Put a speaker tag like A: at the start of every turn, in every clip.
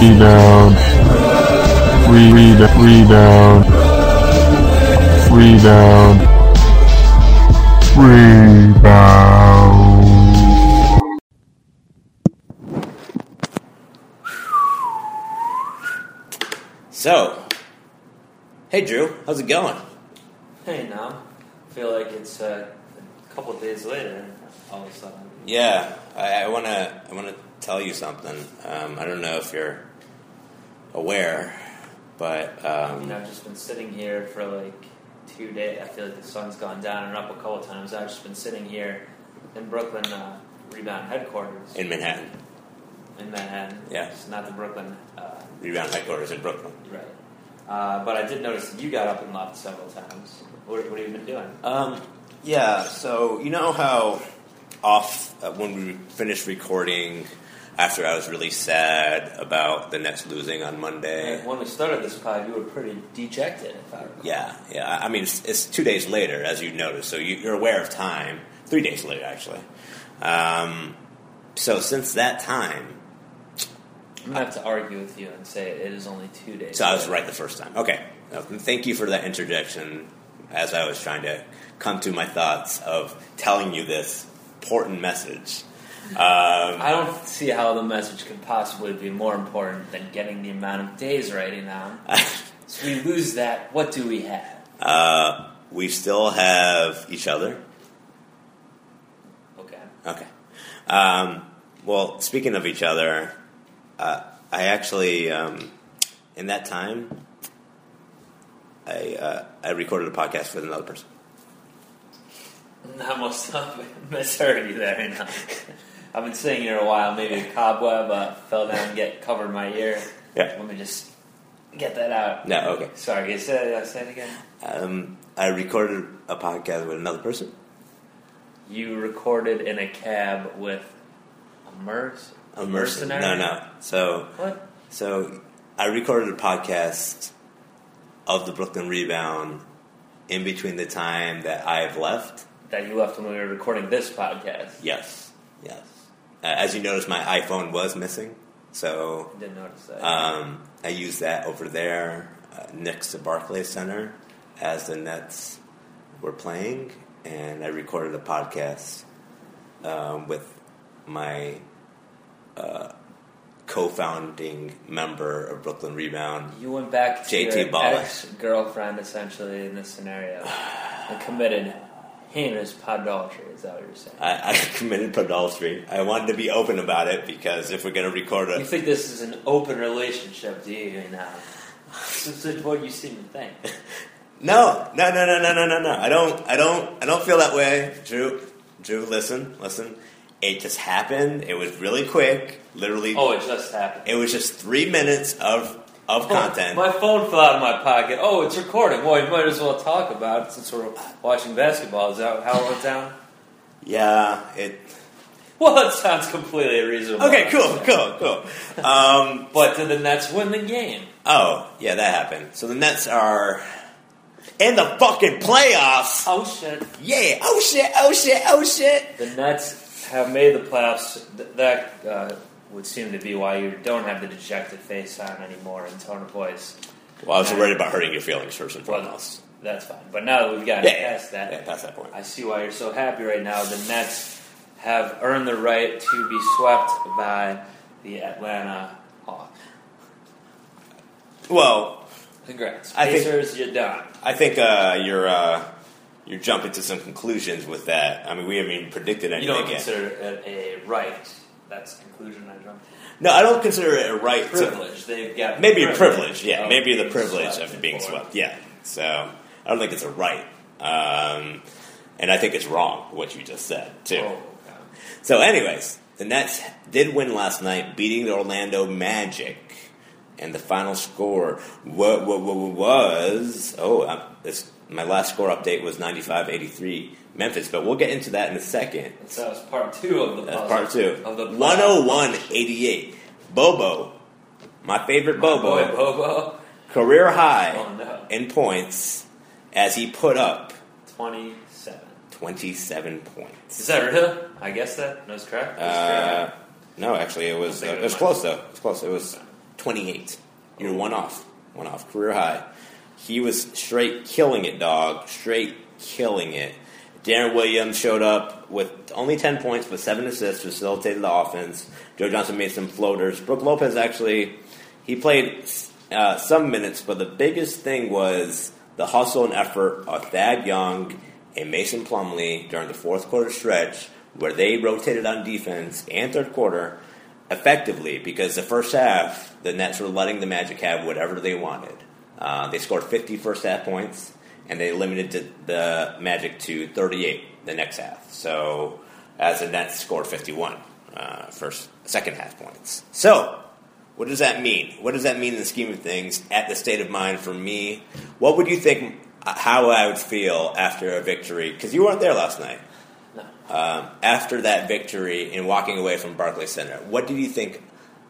A: Rebound. Re- re- rebound. Rebound. Rebound.
B: So, hey Drew, how's it going?
C: Hey, now I feel like it's uh, a couple of days later, and all of a sudden.
B: Yeah, I, I wanna I wanna tell you something. Um, I don't know if you're aware, but
C: I mean,
B: um,
C: I've just been sitting here for like two days. I feel like the sun's gone down and up a couple of times. I've just been sitting here in Brooklyn uh, Rebound headquarters
B: in Manhattan,
C: in Manhattan.
B: Yeah.
C: It's not the Brooklyn, uh,
B: rebound headquarters in Brooklyn.
C: right. Uh, but I did notice that you got up and left several times. What, what have you been doing?
B: Um, yeah, so you know how off uh, when we finished recording after I was really sad about the Nets losing on Monday.
C: When we started this pod, you were pretty dejected, if I remember.
B: Eh. Yeah, yeah. I- I mean, it's, it's two days later, as you noticed, so you, you're aware of time. Three days later, actually. Um, so since that time,
C: I'm going to have to argue with you and say it is only two days.
B: so I was
C: later.
B: right the first time. Okay. Uh, Thank you for that interjection as I was trying to come to my thoughts of telling you this important message. Um,
C: I don't see how the message could possibly be more important than getting the amount of days right now. So we lose that. What do we have?
B: uh, we still have each other.
C: Okay.
B: Okay. Um, well, speaking of each other, uh, I actually, um, in that time, I uh, I recorded a podcast with another person.
C: I must have misheard you there. You know. I've been sitting here a while. Maybe a cobweb uh, fell down and get covered my ear.
B: Yeah.
C: Let me just get that out.
B: No, okay.
C: Sorry. Say it, say it again.
B: Um, I recorded a podcast with another person,
C: You recorded in a cab with a merc-
B: a person. No, no. So
C: What?
B: so I recorded a podcast of the Brooklyn Rebound in between the time that I've left
C: That you left when we were recording this podcast.
B: Yes, yes. Uh, as you noticed, my iPhone was missing, so
C: I didn't notice that.
B: um, I used that over there uh, next to Barclays Center as the Nets were playing, and I recorded a podcast um, with my uh, co-founding member of Brooklyn Rebound.
C: You went back to
B: JT
C: your
B: Bala.
C: ex-girlfriend, essentially, in this scenario, and committed heinous podoltry. Is that what you're saying?
B: I, I committed adultery. I wanted to be open about it because if we're going to record
C: you
B: a
C: think this is an open relationship, do you? Now, this is what you seem to think.
B: No, no, no, no, no, no, no, no. I don't, I don't, I don't feel that way, Drew. Drew, listen, listen. It just happened. It was really quick. Literally,
C: Oh, it just happened. Oh,
B: it was just three minutes of of content.
C: my phone fell out of my pocket. Oh, it's recording. Well, you might as well talk about it since we're watching basketball. Is that how it went down?
B: yeah. It.
C: Well, that sounds completely reasonable.
B: Okay. Cool. Cool. Cool. Um.
C: But did the Nets win the game?
B: Oh, yeah, that happened. So the Nets are in the fucking playoffs.
C: Oh shit.
B: Yeah. Oh shit. Oh shit. Oh shit.
C: The Nets have made the playoffs. Th- That uh, would seem to be why you don't have the dejected face on anymore and tone of voice.
B: Well, I was worried about hurting your feelings first and
C: Well,
B: foremost.
C: That's fine. But now that we've gotten
B: Yeah, yeah,
C: past that,
B: yeah, past that point.
C: I see why you're so happy right now. The Nets have earned the right to be swept by the Atlanta Hawks.
B: Well,
C: Congrats.
B: I think-
C: Pacers, you're done.
B: I think uh, you're uh, you're jumping to some conclusions with that. I mean, we haven't even predicted
C: You
B: anything
C: don't
B: yet.
C: consider it a right. That's the conclusion I jumped to.
B: no, I don't consider it a right. To,
C: Privilege. They've got Oh,
B: maybe a privilege. Yeah,
C: of
B: maybe the
C: being
B: privilege of
C: and
B: being
C: born.
B: swept. Yeah. So I don't think it's a right, um, and I think it's wrong what you just said too.
C: Oh, God.
B: So, anyways, the Nets did win last night, beating the Orlando Magic. And the final score wa- wa- wa- wa- was oh, um, this, my last score update was 95-83 Memphis, but we'll get into that in a second.
C: So that was uh, part two of the
B: That's
C: puzzle.
B: part two.
C: Of the puzzle.
B: 101-88. Bobo, my favorite Bobo,
C: Boy, Bobo.
B: career high
C: Oh, no.
B: in points as he put up
C: 27.
B: 27 points.
C: Is that real? I guess that. No, it's correct. It was
B: Uh, no, actually, it was
C: I
B: uh,
C: think it
B: it
C: was
B: was close though. It was close. It was 28. You're one off. One off. Career high. He was straight killing it, dog. Straight killing it. Darren Williams showed up with only 10 points, but 7 assists, facilitated the offense. Joe Johnson made some floaters. Brooke Lopez actually, he played uh, some minutes, but the biggest thing was the hustle and effort of Thad Young and Mason Plumley during the fourth quarter stretch, where they rotated on defense and third quarter effectively because the first half, the Nets were letting the Magic have whatever they wanted. Uh, they scored 50 first half points, and they limited the, the Magic to 38 the next half. So, as the Nets scored 51 uh, first second half points. So, what does that mean? What does that mean in the scheme of things? At the state of mind for me, what would you think? uh, How I would feel after a victory? Because you weren't there last night
C: No.
B: um, after that victory and walking away from Barclays Center, what did you think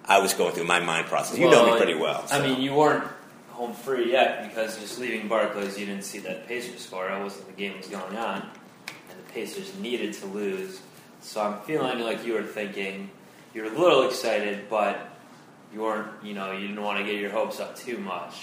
B: I was going through my mind process? You know me
C: Well,
B: pretty well.
C: I
B: so.
C: mean, you weren't home free yet because just leaving Barclays, you didn't see that Pacers score. It wasn't the game was going on, and the Pacers needed to lose. So I'm feeling like you were thinking you were a little excited, but you weren't. You know, you didn't want to get your hopes up too much.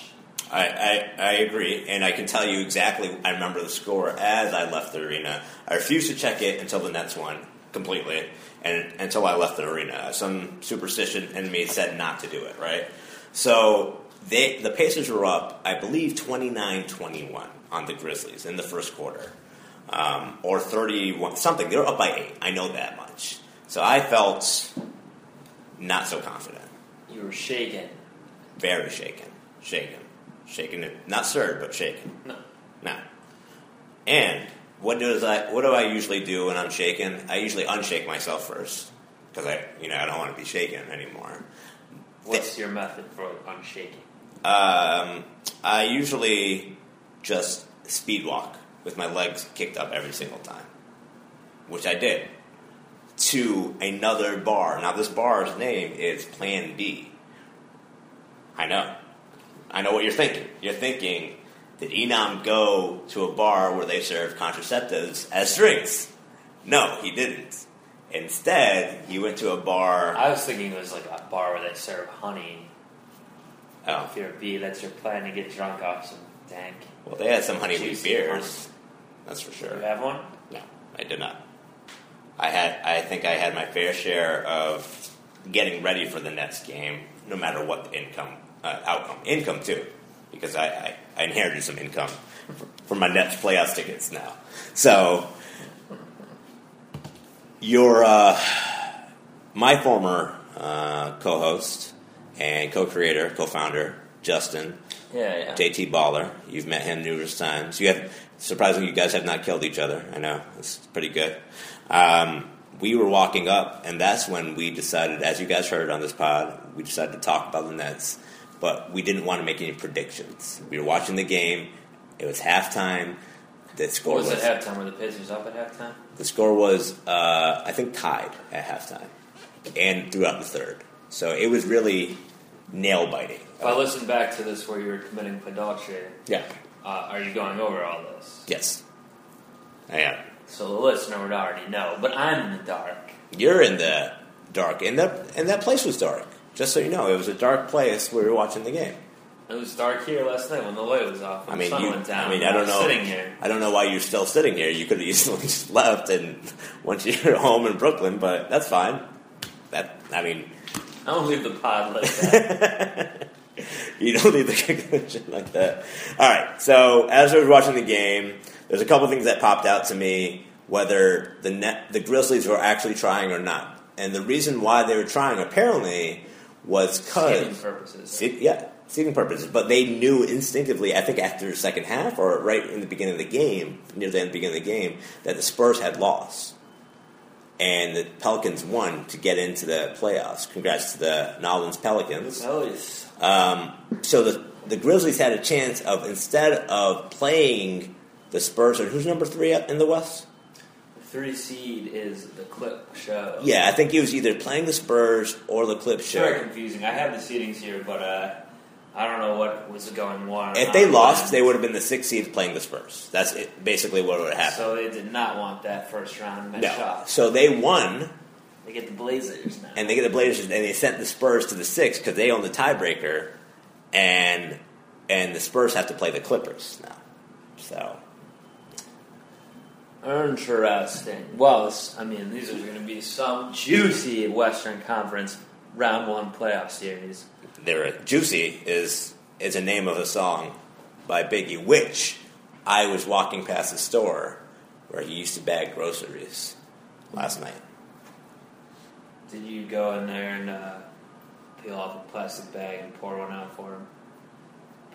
B: I, I, I agree, and I can tell you exactly. I remember the score as I left the arena. I refused to check it until the Nets won completely, and until I left the arena. Some superstition in me said not to do it. Right, so they the Pacers were up, I believe, 29-21 on the Grizzlies in the first quarter, um, or thirty-one something. They were up by eight. I know that much. So I felt not so confident
C: You were shaken.
B: very shaken, shaken, shaken. It not stirred, but shaken.
C: No.
B: Now, and what does I? What do I usually do when I'm shaken? I usually unshake myself first because I, you know, I don't want to be shaken anymore.
C: What's your method for unshaking?
B: Um, I usually just speed walk with my legs kicked up every single time, which I did to another bar. Now, this bar's name is Plan B. I know. I know what you're thinking. You're thinking, did Enam go to a bar where they serve contraceptives as drinks? No, he didn't. Instead, he went to a bar.
C: I was thinking it was like a bar where they serve honey.
B: Oh,
C: If you're a bee, that's your plan to get drunk off some dank.
B: well, they had some honeydew
C: Juicy
B: beers. That's for
C: Do
B: sure.
C: you have one?
B: No, I did not. I had I think I had my fair share of getting ready for the Nets game, no matter what the income uh, outcome income too, because I, I, I inherited some income from my Nets playoffs tickets now. So your uh, my former uh, co-host and co-creator, co-founder Justin
C: Yeah, yeah.
B: JT Baller. You've met him numerous times. You have surprisingly, you guys have not killed each other. I know it's pretty good. Um, we were walking up, and that's when we decided, as you guys heard on this pod, we decided to talk about the Nets, but we didn't want to make any predictions. We were watching the game. It was halftime. The score
C: What
B: was,
C: was it halftime? Were the Pacers up at halftime?
B: the score was uh, I think tied at halftime, and throughout the third. So it was really nail biting.
C: If I listen back to this where you were committing pedantry,
B: Yeah.
C: uh, are you going over all this?
B: Yes. I am.
C: So the listener would already know, but I'm in the dark.
B: you're in the dark, and that and that place was dark. Just so you know, it was a dark place where we were watching the game.
C: It was dark here last night when the light was off. When
B: I mean,
C: the sun
B: you,
C: went down.
B: I mean,
C: and
B: I don't
C: was
B: know.
C: Sitting here,
B: I don't know why you're still sitting here. You could have easily just left and went to your home in Brooklyn, but that's fine. That I mean,
C: I don't leave the pod like that.
B: you don't need the conclusion like that. All right. So as I was watching the game, there's a couple things that popped out to me whether the net, the Grizzlies were actually trying or not, and the reason why they were trying apparently was
C: Skinning
B: because
C: purposes.
B: Se- yeah, seeding purposes. But they knew instinctively, I think after the second half or right in the beginning of the game, near the end of the beginning of the game, that the Spurs had lost. And the Pelicans won to get into the playoffs. Congrats to the Nolans Pelicans.
C: Hell yes.
B: Um, so the, the Grizzlies had a chance of, instead of playing the Spurs, or who's number three up in the West?
C: The three seed is the clip show.
B: Yeah, I think he was either playing the Spurs or the Clip
C: It's very
B: Show.
C: confusing. I have the seedings here, but uh, I don't know what was going on. Uh,
B: If they lost, they would have been the sixth seed playing the Spurs. That's it, basically what would have happened.
C: So they did not want that first round
B: No.
C: matchup.
B: So they won
C: They get the Blazers now.
B: and they get the Blazers, and they sent the Spurs to the six because they own the tiebreaker, and and the Spurs have to play the Clippers now. So
C: Interesting. Well, s- I mean, these are going to be some juicy Western Conference round one playoff series.
B: they're juicy is is a name of a song by Biggie, which I was walking past the store where he used to bag groceries last night.
C: Did you go in there and uh, peel off a plastic bag and pour one out for him?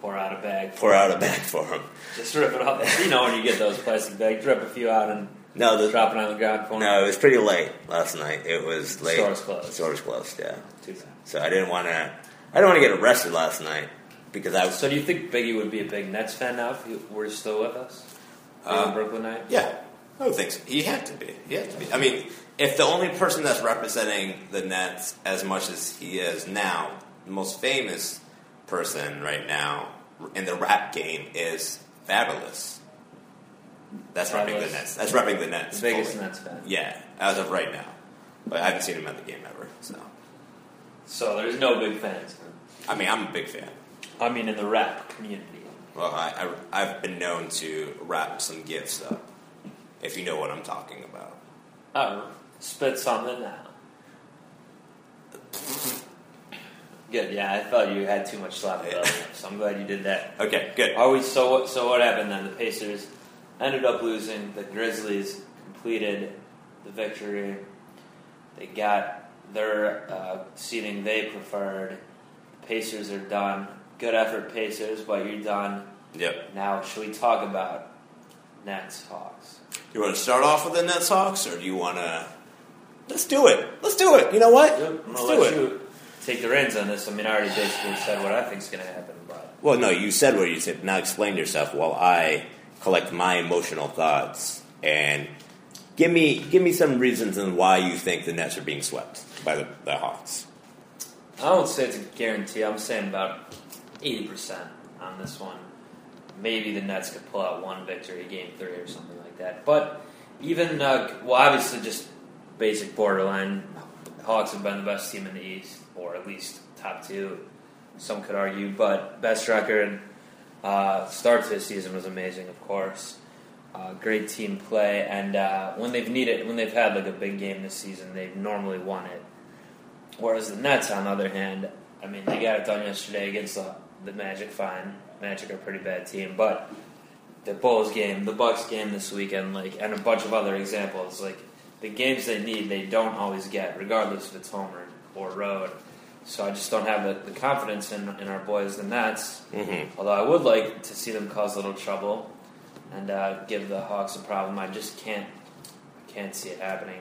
C: Pour out a bag.
B: Pour out a bag for him.
C: Just rip it off. You know when you get those plastic bags, rip a few out and
B: No, the,
C: drop it on the ground for him.
B: no, it was pretty late last night. It was late.
C: Store's closed.
B: Store's closed. Yeah.
C: Too bad.
B: So I didn't want to. I didn't want to get arrested last night because I was
C: So do you think Biggie would be a big Nets fan now if he were still with us? Being a
B: Uh,
C: Brooklyn Knight?
B: Yeah, I would think so. He had to be. He had to be. I mean, if the only person that's representing the Nets as much as he is now, the most famous person right now in the rap game is Fabulous. That's repping the
C: Fabulous.
B: Nets. That's repping the Nets.
C: The biggest
B: fully.
C: Nets fan.
B: Yeah, as of right now. But I haven't seen him at the game ever. So,
C: So there's no big fans.
B: I mean, I'm a big fan.
C: I mean, in the rap community.
B: Well, I, I, I've been known to wrap some gifts up, if you know what I'm talking about.
C: Oh, spit something out. Good, yeah, I thought you had too much slap
B: Yeah.
C: so I'm glad you did that.
B: Okay, good.
C: Are we, so, what, so what happened then? The Pacers ended up losing. The Grizzlies completed the victory. They got their uh, seating they preferred. The Pacers are done. Good effort, Pacers, but you're done.
B: Yep.
C: Now, should we talk about Nets Hawks?
B: You want to start off with the Nets Hawks, or do you want to? Let's do it. Let's do it. You know what?
C: Yep, I'm
B: Let's
C: gonna
B: do
C: let
B: it.
C: you take the reins on this. I mean, I already basically said what I think's gonna happen, but
B: Well, no, you said what you said. Now explain yourself while I collect my emotional thoughts and give me give me some reasons and why you think the Nets are being swept by the, the Hawks.
C: I don't say it's a guarantee. I'm saying about eighty percent on this one. Maybe the Nets could pull out one victory, game three, or something like that. But even uh, well, obviously, just basic borderline. Hawks have been the best team in the East, or at least top two. Some could argue, but best record. Uh, start to the season was amazing, of course. Uh, great team play, and uh, when they've needed, when they've had like a big game this season, they've normally won it. Whereas the Nets, on the other hand, I mean, they got it done yesterday against the, the Magic. Fine, Magic are a pretty bad team, but the Bulls game, the Bucks game this weekend, like, and a bunch of other examples, like the games they need, they don't always get, regardless if it's home or, or road. So I just don't have the, the confidence in, in our boys, the Nets.
B: Mm-hmm.
C: Although I would like to see them cause a little trouble and uh, give the Hawks a problem, I just can't I can't see it happening.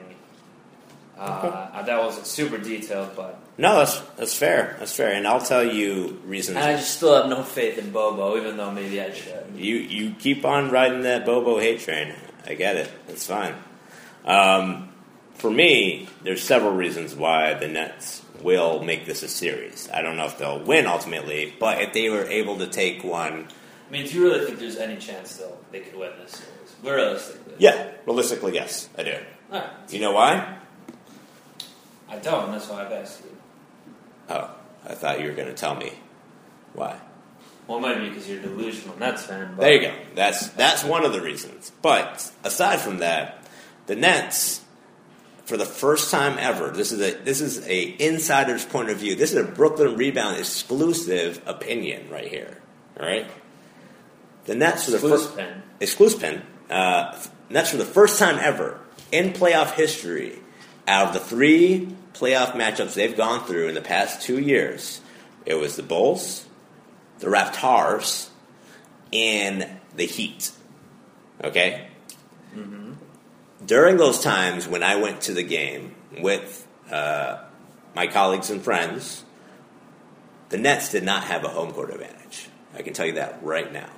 C: Uh, That wasn't super detailed, but
B: No, that's that's fair. That's fair, and I'll tell you reasons.
C: and I just still have no faith in Bobo, even though maybe I should.
B: You you keep on riding that Bobo hate train. I get it. It's fine. Um, for me, there's several reasons why the Nets will make this a series. I don't know if they'll win ultimately, but if they were able to take one,
C: I mean, do you really think there's any chance though they could win this series? Realistically,
B: yeah, realistically, yes, I do.
C: All right.
B: You know why?
C: I don't. and That's why I've asked you.
B: Oh, I thought you were going to tell me why.
C: Well, maybe because you're a delusional Nets fan. But
B: There you go. That's that's one of the reasons. But aside from that, the Nets, for the first time ever, this is a this is a insider's point of view. This is a Brooklyn Rebound exclusive opinion right here. All right. The Nets for the
C: Clues
B: first
C: pen.
B: exclusive pin. Uh, Nets for the first time ever in playoff history. Out of the three playoff matchups they've gone through in the past two years, it was the Bulls, the Raptors, and the Heat. Okay. During those times when I went to the game with uh, my colleagues and friends, the Nets did not have a home court advantage. I can tell you that right now.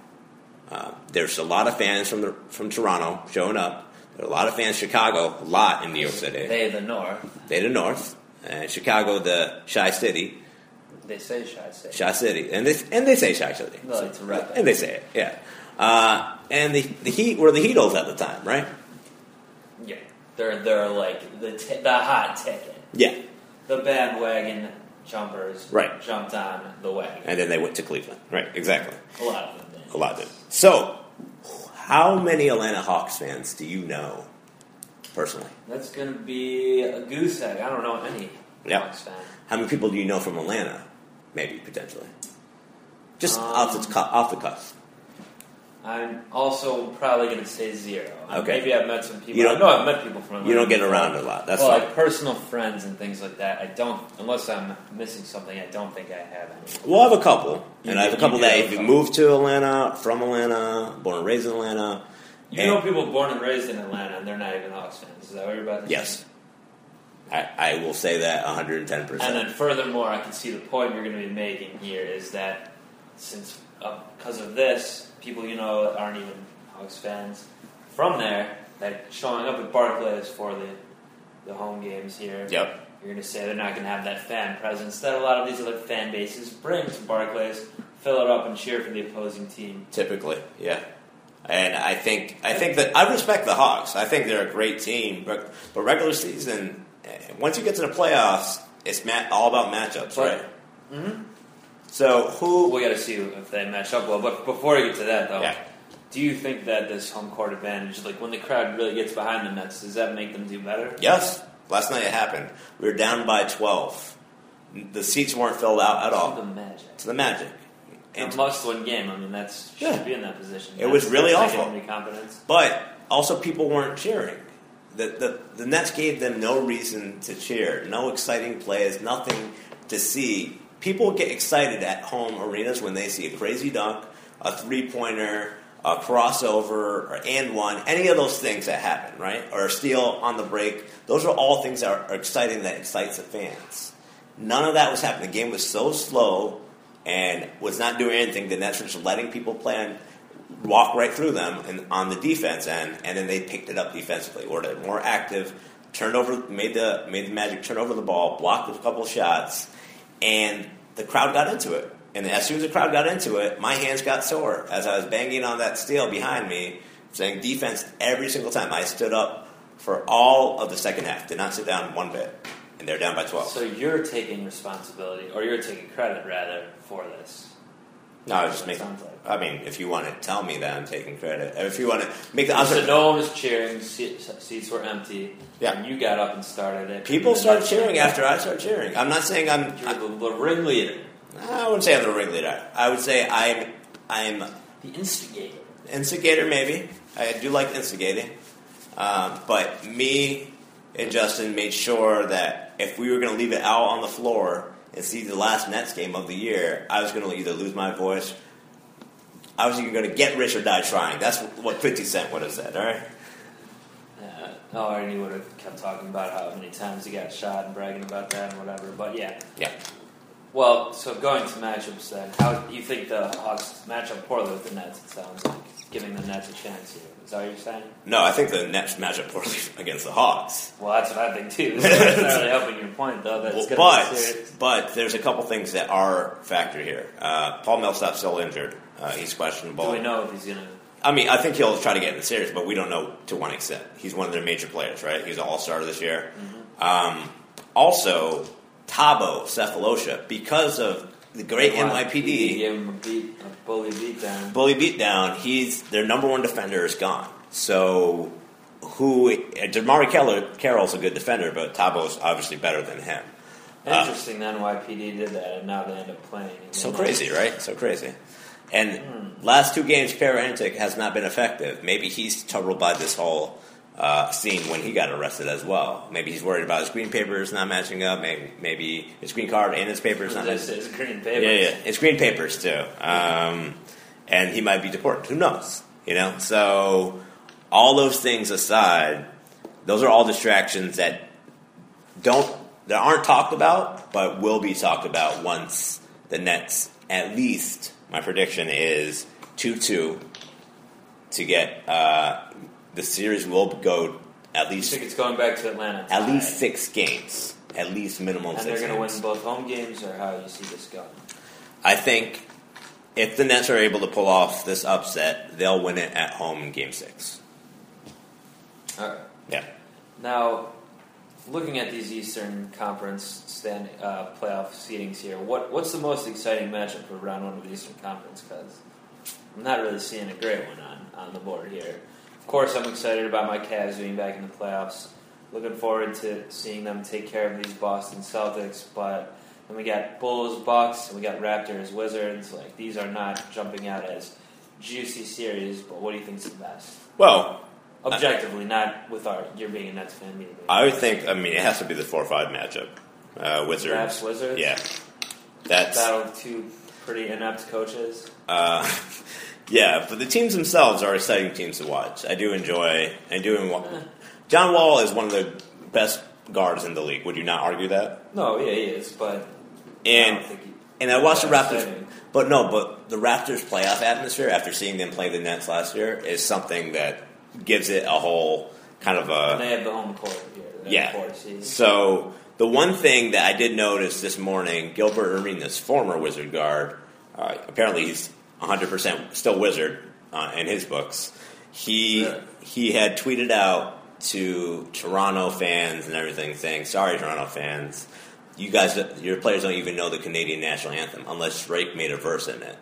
B: Uh, there's a lot of fans from the, from Toronto showing up. There are a lot of fans in Chicago, a lot in New York City. They,
C: They the North.
B: the North, and Chicago, the Shy City,
C: They say shy say.
B: Shy City, and they and they say Shy City,
C: They like to rep it.
B: and they say it, yeah. Uh, and the the Heat were the Heatles at the time, right?
C: Yeah. They're they're like the t- the hot ticket,
B: Yeah,
C: the bandwagon jumpers.
B: Right.
C: jumped on the wagon.
B: and then they went to Cleveland. Right, exactly.
C: A lot of them did.
B: A lot did. So, how many Atlanta Hawks fans do you know personally?
C: That's gonna be a goose egg. I don't know any
B: Yep.
C: Hawks fan.
B: How many people do you know from Atlanta? Maybe potentially. Just
C: Um,
B: off the cu- off the cuff.
C: I'm also probably gonna say zero.
B: Okay.
C: Maybe I've met some people.
B: You
C: I
B: don't-
C: know I've met people from.
B: You don't
C: Atlanta.
B: get around a lot. That's
C: well,
B: fine.
C: like personal friends and things like that. I don't, unless I'm missing something. I don't think I have any.
B: Well, I have a couple, and I have a
C: You
B: couple
C: do have
B: that
C: a
B: have
C: couple.
B: moved to Atlanta, from Atlanta, born and raised in Atlanta.
C: You
B: and-
C: know people born and raised in Atlanta, and they're not even Hawks fans. Is that what you're about to say?
B: Yes, I, I will say that 110.
C: And then
B: percent
C: furthermore, I can see the point you're going to be making here is that since because of this, people you know that aren't even Hawks fans from there that showing up at Barclays for the the home games here.
B: Yep.
C: You're going to say they're not going to have that fan presence that a lot of these other fan bases bring to Barclays, fill it up and cheer for the opposing team.
B: Typically, yeah. And I think I think that I respect the Hawks. I think they're a great team, but but regular season, eh, once you get to the playoffs, it's ma- all about matchups,
C: Right.
B: right? Mm-hmm. So who?
C: We got to see if they match up well. But before we get to that, though,
B: Yeah.
C: do you think that this home court advantage, like when the crowd really gets behind the Nets, does that make them do better?
B: Yes, last night it happened. We were down by 12. The seats weren't filled out at all.
C: The Magic.
B: To the Magic.
C: A
B: And
C: must-win game. I mean, that's should
B: Yeah.
C: be in that position.
B: It was really
C: that's not
B: awful.
C: giving me confidence.
B: But also, people weren't cheering. The, the, the Nets gave them no reason to cheer, no exciting plays, nothing to see. People get excited at home arenas when they see a crazy dunk, a three pointer, a crossover, or and one, any of those things that happen, right? Or a steal on the break. Those are all things that are exciting that excites the fans. None of that was happening. The game was so slow and was not doing anything. The Nets were just letting people play and walk right through them and on the defense end, and then they picked it up defensively. Or they're more active, turned over, made the made the Magic turn over the ball, blocked a couple shots, and the crowd got into it. And as soon as the crowd got into it, my hands got sore as I was banging on that steel behind me, saying defense every single time. I stood up for all of the second half, did not sit down one bit, and they're down by twelve.
C: So you're taking responsibility, or you're taking credit rather for this.
B: No, I was just
C: That
B: making.
C: sounds like-
B: I mean, if you want to tell me that I'm taking credit, if you want to make the, I'm
C: so
B: sorry,
C: no one was cheering. se- Seats were empty.
B: Yeah.
C: And you got up and started it.
B: people start cheering after I start cheering. I'm not saying I'm.
C: You're
B: I,
C: the, the ringleader,
B: I wouldn't say I'm the ringleader. I would say I'm. I'm
C: the instigator.
B: instigator maybe. I do like instigating, um, but me and Justin made sure that if we were going to leave it out on the floor and see the last Nets game of the year, I was going to either lose my voice. I was either going to get rich or die trying. That's what Fifty Cent would have said. All right.
C: Uh, oh, and he would have kept talking about how many times he got shot and bragging about that and whatever. But yeah.
B: Yeah.
C: Well, so going to matchups then, how you think the Hawks match up poorly with the Nets? It sounds like giving the Nets a chance here. Is that what you're saying?
B: No, I think the Nets match up poorly against the Hawks.
C: Well, that's what I think too. So that's not really helping your point though. That's gonna be
B: But
C: serious.
B: but there's a couple things that are factor here. Uh, Paul Millsap's still injured. Uh, he's questionable.
C: Do we know if he's gonna?
B: I mean, I think he'll try to get in the series, but we don't know to what extent. He's one of their major players, right? He's an all star this year.
C: Mm-hmm.
B: Um, also, Tabo Cephalosha, because of the great
C: He
B: NYPD
C: gave him a beat, a bully beat down.
B: bully beatdown, he's their number one defender is gone. So who? uh, Damari Keller, Carroll's a good defender, but Tabo's obviously better than him.
C: Interesting. The NYPD did that, and now they end up playing. And
B: Ah. So
C: then-
B: crazy, right? So crazy. And last two games, Parantic has not been effective. Maybe he's troubled by this whole uh, scene when he got arrested as well. Maybe he's worried about his green papers not matching up. Maybe, maybe his green card and his papers not
C: This
B: matching
C: is green paper.
B: Yeah, yeah. It's green papers, too. Um, and he might be deported. Who knows? You know? So, all those things aside, those are all distractions that don't that aren't talked about, but will be talked about once the Nets, at least my prediction is two two to get uh, the series will go at
C: I
B: least
C: think it's going back to Atlanta.
B: at
C: tonight.
B: least six games, at least minimum
C: And they're
B: six.
C: going to
B: games.
C: win both home games, or how you see this going?
B: I think if the Nets are able to pull off this upset, they'll win it at home in Game Six.
C: All right.
B: Yeah.
C: Now, looking at these Eastern Conference stand, uh, playoff seedings here, what what's the most exciting matchup for round one of the Eastern Conference? Because I'm not really seeing a great one on, on the board here. Of course, I'm excited about my Cavs being back in the playoffs. Looking forward to seeing them take care of these Boston Celtics, but then we got Bulls, Bucks, and we got Raptors, Wizards. Like these are not jumping out as juicy series, but what do you think's the best?
B: Well,
C: Objectively, not with our you're being a Nets fan. me being a
B: I would think. I mean, it has to be the four five matchup. Uh, Wizards.
C: Raps Wizards.
B: Yeah, that's
C: Battle of two pretty inept coaches.
B: uh, yeah. But the teams themselves are exciting teams to watch. I do enjoy. I do. en- John Wall is one of the best guards in the league. Would you not argue that?
C: No, yeah, he is, but I
B: And
C: don't think he,
B: and I watched the
C: Yeah,
B: Raptors.
C: exciting.
B: But no, but the Raptors playoff atmosphere after seeing them play the Nets last year is something that gives it a whole kind of a
C: and they have the home court here. They have
B: Yeah.
C: the court, see.
B: So the one thing that I did notice this morning, Gilbert Irving, this former Wizard guard, uh, apparently he's 100% still Wizard uh, in his books. He
C: Yeah.
B: he had tweeted out to Toronto fans and everything saying, "Sorry, Toronto fans, you guys, your players don't even know the Canadian national anthem unless Drake made a verse in it."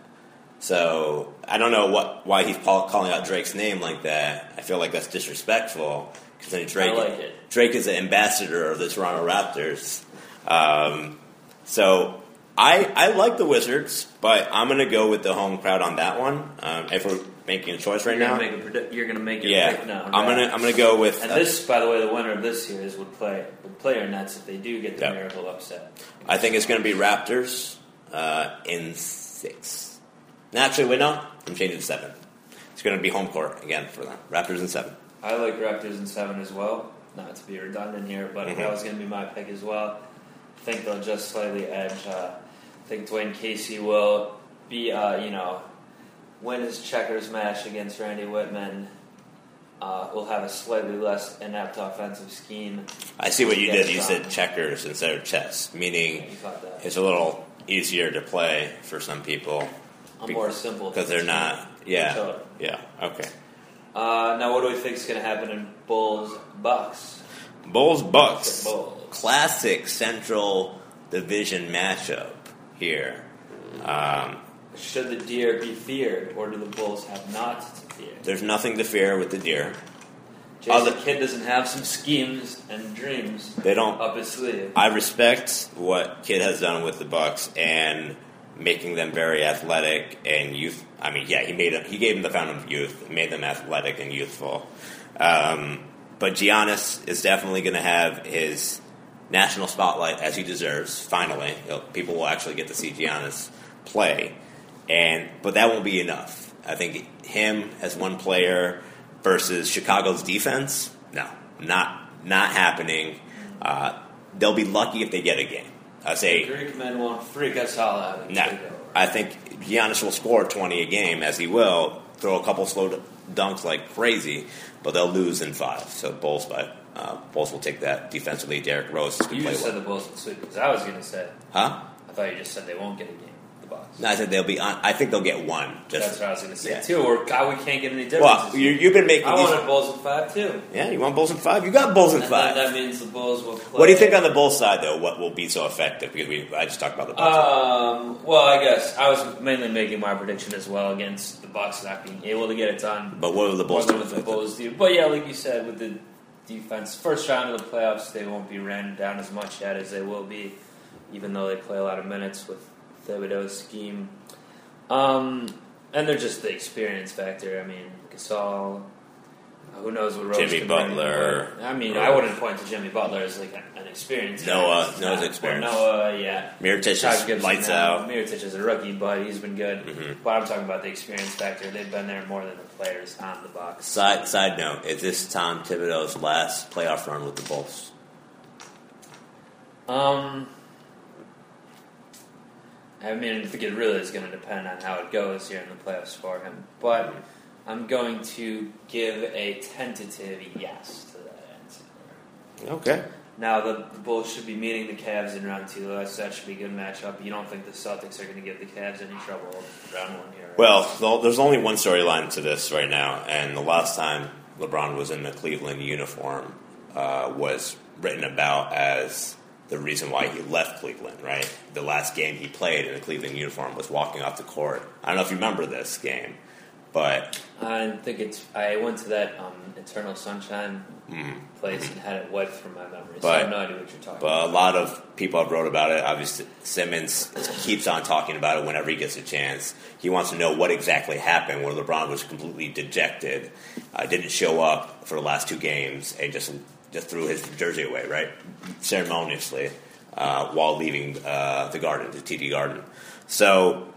B: So I don't know what why he's call, calling out Drake's name like that. I feel like that's disrespectful because then Drake
C: I like it.
B: Drake is an ambassador of the Toronto Raptors. Um, so I I like the Wizards, but I'm gonna go with the home crowd on that one. Um, if we're making a choice right
C: You're
B: now,
C: gonna make a predi- you're gonna make your
B: yeah,
C: pick now.
B: I'm
C: right?
B: gonna I'm gonna go with.
C: And
B: uh,
C: this, by the way, the winner of this series would play would play our Nets if they do get the
B: Yeah.
C: miracle upset.
B: I think it's gonna be Raptors uh, in six. No, actually, wait, no, I'm changing to seven. It's gonna be home court again for them. Raptors in seven.
C: I like Raptors in seven as well. Not to be redundant here, but
B: Mhm.
C: that was going to be my pick as well. I think they'll just slightly edge. Uh, I think Dwayne Casey will be, uh, you know, win his checkers match against Randy Whitman. Uh, will have a slightly less inept offensive scheme.
B: I see what you
C: Yeah,
B: did. You
C: it's
B: said
C: on.
B: checkers instead of chess,
C: You
B: meaning
C: caught that.
B: it's a little easier to play for some people
C: A more simple
B: because they're not. Yeah, yeah. Okay.
C: Uh, now, what do we think is going to happen in Bulls Bucks?
B: Bulls Bucks
C: Bulls.
B: classic Central Division matchup here. Um,
C: Should the deer be feared, or do the Bulls have not to fear?
B: there's nothing to fear with the deer.
C: Jason
B: Other-
C: Kidd doesn't have some schemes and dreams
B: They don't
C: up his sleeve.
B: I respect what Kid has done with the Bucks and making them very athletic and youth. I mean, yeah, he made them, he gave them the fountain of youth, made them athletic and youthful. Um, but Giannis is definitely going to have his national spotlight as he deserves. Finally, You know, people will actually get to see Giannis play, and but that won't be enough. I think him as one player versus Chicago's defense, no, not not happening. Uh, they'll be lucky if they get a game. I
C: The
B: say
C: Greek men won't freak us all out. and
B: no.
C: take over.
B: I think Giannis will score twenty a game as he will throw a couple slow d- dunks like crazy, but they'll lose in five. So Bulls by. Uh, Bulls will take that defensively. Derrick Rose is going
C: You
B: to play
C: just
B: well.
C: said the Bulls would sweep because I was going to say.
B: Huh?
C: I thought you just said they won't get a game. The Bucks.
B: No, I said they'll be. On, I think they'll get one.
C: That's
B: Just
C: what I was going to say
B: Yeah.
C: too. Or God, we can't get any difference.
B: well, you, you've been making.
C: I
B: these,
C: wanted Bulls in five too.
B: yeah, you want bulls in five. You got bulls in
C: And then
B: five.
C: that means the Bulls will. Play.
B: What do you think on the bull side though? What will be so effective? Because we, I just talked about the bulls.
C: Um. Well, I guess I was mainly making my prediction as well against the Bucks not being able to get it done.
B: but what will the bulls
C: Wasn't
B: do?
C: with the Bulls do. But yeah, like you said, with the defense, first round of the playoffs, they won't be ran down as much yet as they will be, even though they play a lot of minutes with Thibodeau's scheme. Um, and they're just the experience factor. I mean, Gasol. Who knows what Rose
B: Jimmy
C: can bring,
B: Butler.
C: but, I mean, I wouldn't point to Jimmy Butler as like an experience. guy.
B: Noah-
C: He's
B: Noah's
C: not.
B: experience.
C: Noah, yeah.
B: Miritich just
C: Taj Gibson
B: lights
C: now.
B: out.
C: Mirotic is a rookie, but he's been good.
B: Mhm.
C: But I'm talking about the experience factor. They've been there more than the players on the box.
B: Side side note: Is this Tom Thibodeau's last playoff run with the Bulls?
C: Um, I mean, I think it really is going to depend on how it goes here in the playoffs for him.
B: Mm-hmm.
C: But I'm going to give a tentative yes to that answer.
B: Okay.
C: Now the, the Bulls should be meeting the Cavs in round two. That's, that should be a good matchup. You don't think the Celtics are going to give the Cavs any trouble in round one here? right?
B: Well, th- there's only one storyline to this right now, and the last time LeBron was in the Cleveland uniform, uh, was written about as the reason why he left Cleveland, right? The last game he played in a Cleveland uniform was walking off the court. I don't know if you remember this game, but
C: Uh, I think it's. I went to that um, Eternal Sunshine place and had it wiped from my memory. so I have
B: Hmm. But-
C: no idea what you're talking
B: But a lot of people have wrote about it. Obviously, Simmons keeps on talking about it whenever he gets a chance. He wants to know what exactly happened where LeBron was completely dejected, uh, didn't show up for the last two games, and just just threw his jersey away, right, ceremoniously, uh, while leaving uh, the Garden, the TD Garden. So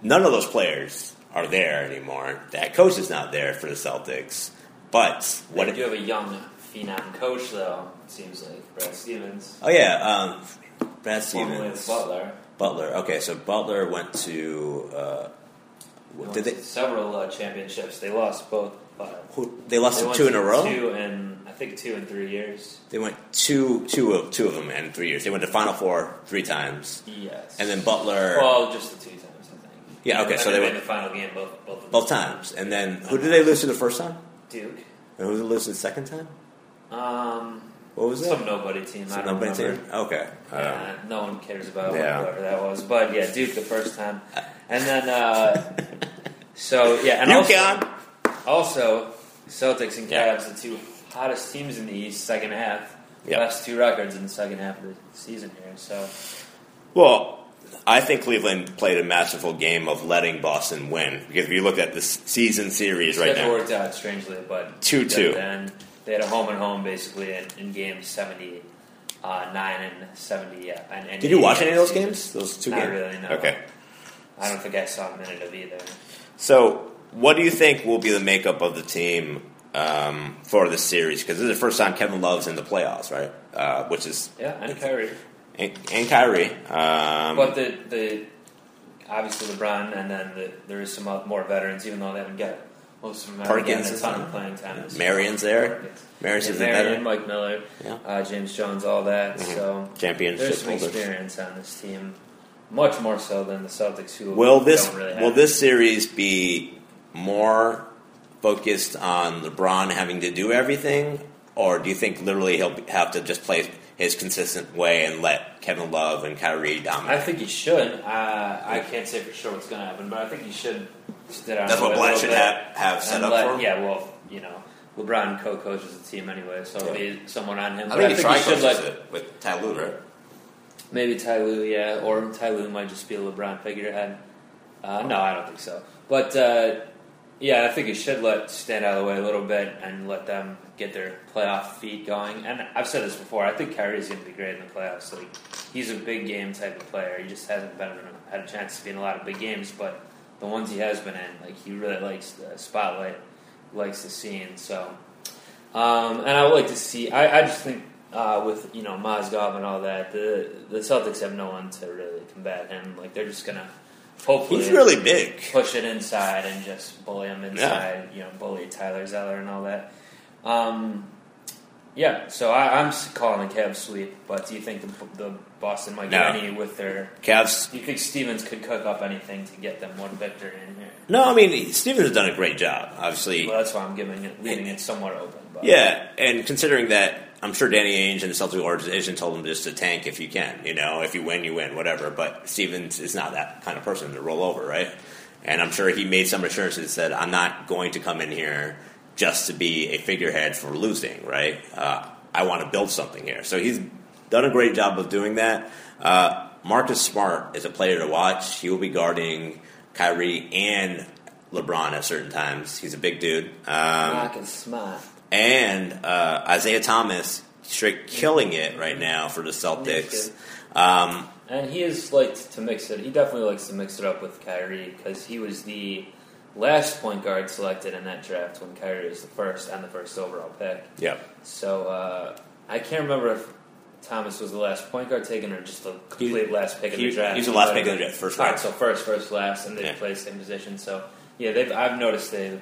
B: none of those players are there anymore. That coach is not there for the Celtics. But
C: about.
B: what
C: They do have a young phenom coach though. It seems like Brad Stevens,
B: Oh yeah, um, Brad
C: formerly of
B: Stevens.
C: Butler.
B: Butler. Okay, so Butler went to. Uh,
C: They
B: did
C: went
B: they?
C: to several uh, championships? They lost both. But
B: Who, they lost
C: they
B: them
C: went
B: two in
C: to
B: a row.
C: Two and I think two in three years.
B: They went two, two of two of them in three years. They went to Final Four three times,
C: Yes.
B: and then Butler
C: well, just the two times I think.
B: Yeah, okay,
C: And
B: so
C: then
B: they
C: in the final game both both of them.
B: both times. And then who did they lose to the first time?
C: Duke.
B: And who did they lose to the second time?
C: Um,
B: What was
C: some
B: that?
C: nobody team. I
B: Some
C: don't
B: nobody
C: remember.
B: team. Okay. Um,
C: Yeah, Uh, no one cares about
B: Yeah.
C: whatever that was. But yeah, Duke the first time, and then uh, so yeah, and
B: you
C: also,
B: can.
C: also Celtics and Cavs,
B: Yeah.
C: the two hottest teams in the East, second half,
B: Yeah.
C: best two records in the second half of the season here. So
B: Well, I think Cleveland played a masterful game of letting Boston win because if you look at the s- season series right
C: schedule
B: now,
C: worked out strangely, but
B: 2-2.
C: Then they had a home and home basically in, in games seventy. Uh, nine and seventy. Yeah, and, and
B: did you watch
C: 80.
B: any of those games? Those two
C: Not
B: games?
C: really, no.
B: Okay.
C: I don't think I saw a minute of either.
B: So, what do you think will be the makeup of the team um, for this series? Because this is the first time Kevin Love's in the playoffs, right? Uh, which is
C: Yeah, and Kyrie.
B: and, and Kyrie. Um,
C: But the the obviously LeBron, and then the, there is some more veterans, even though they haven't got most of them haven't
B: Perkins
C: gotten a
B: is
C: ton
B: on.
C: of playing time. this
B: Marion's
C: year.
B: there.
C: Perkins.
B: Maris
C: Yeah,
B: is
C: Marion,
B: better
C: Mike Miller,
B: Yeah. Mm-hmm.
C: uh, James Jones, all that. So
B: championship
C: there's some
B: holder.
C: experience on this team, much more so than the Celtics, who
B: Will this
C: don't really have
B: will this series be more focused on LeBron having to do everything, or do you think literally he'll be- have to just play his consistent way and let Kevin Love and Kyrie
C: I
B: dominate?
C: think he should. Uh, I can't say for sure what's going to happen, but I think he should. Sit down
B: That's
C: and
B: what
C: wait a
B: Blatt
C: little
B: should
C: bit.
B: have, have set
C: And
B: up
C: let-
B: for him.
C: Yeah, well, you know, LeBron co-coaches the team anyway, so it'll
B: Yeah.
C: be someone on him.
B: I
C: But
B: think he
C: I think he
B: tried
C: should let
B: it with Tyloo, right?
C: maybe Ty Lue, yeah, or Ty Lue might just be a LeBron figurehead. Uh, no, I don't think so. But uh, yeah, I think he should let stand out of the way a little bit and let them get their playoff feet going. And I've said this before. I think Kyrie's going to be great in the playoffs. Like he's a big game type of player. He just hasn't been had a chance to be in a lot of big games, but the ones he has been in, like he really likes the spotlight, likes the scene. So, um, and I would like to see. I, I just think uh, with you know Mozgov and all that, the the Celtics have no one to really combat him. Like they're just gonna hopefully
B: He's really big.
C: push it inside and just bully him inside. You know, bully Tyler Zeller and all that. Um, yeah, so I, I'm s- calling the Cavs sweep. But do you think the, the Boston might get
B: No.
C: any with their?
B: Cavs.
C: Do you think Stevens could cook up anything to get them one victory in here?
B: No, I mean Stevens has done a great job, obviously.
C: Well, that's why I'm giving it, leaving it somewhat open. But
B: Yeah, and considering that, I'm sure Danny Ainge and the Celtic organization told him just to tank if you can. You know, if you win, you win, whatever. But Stevens is not that kind of person to roll over, right? And I'm sure he made some assurances that said, "I'm not going to come in here just to be a figurehead for losing, right? Uh, I want to build something here." So he's done a great job of doing that. Uh, Marcus Smart is a player to watch. He will be guarding Kyrie and LeBron at certain times. He's a big dude. Um,
C: Marcus Smart.
B: and uh, Isaiah Thomas straight killing it right now for the Celtics. Um,
C: And he is liked to mix it. He definitely likes to mix it up with Kyrie because he was the last point guard selected in that draft when Kyrie was the first and the first overall pick.
B: yeah,
C: So uh, I can't remember if Thomas was the last point guard taken or just the complete last pick
B: he-
C: of the draft.
B: he's the last pick of the draft, first
C: All
B: round.
C: right, so first, first, last, and they
B: Yeah.
C: play the same position. So yeah, they've, I've noticed they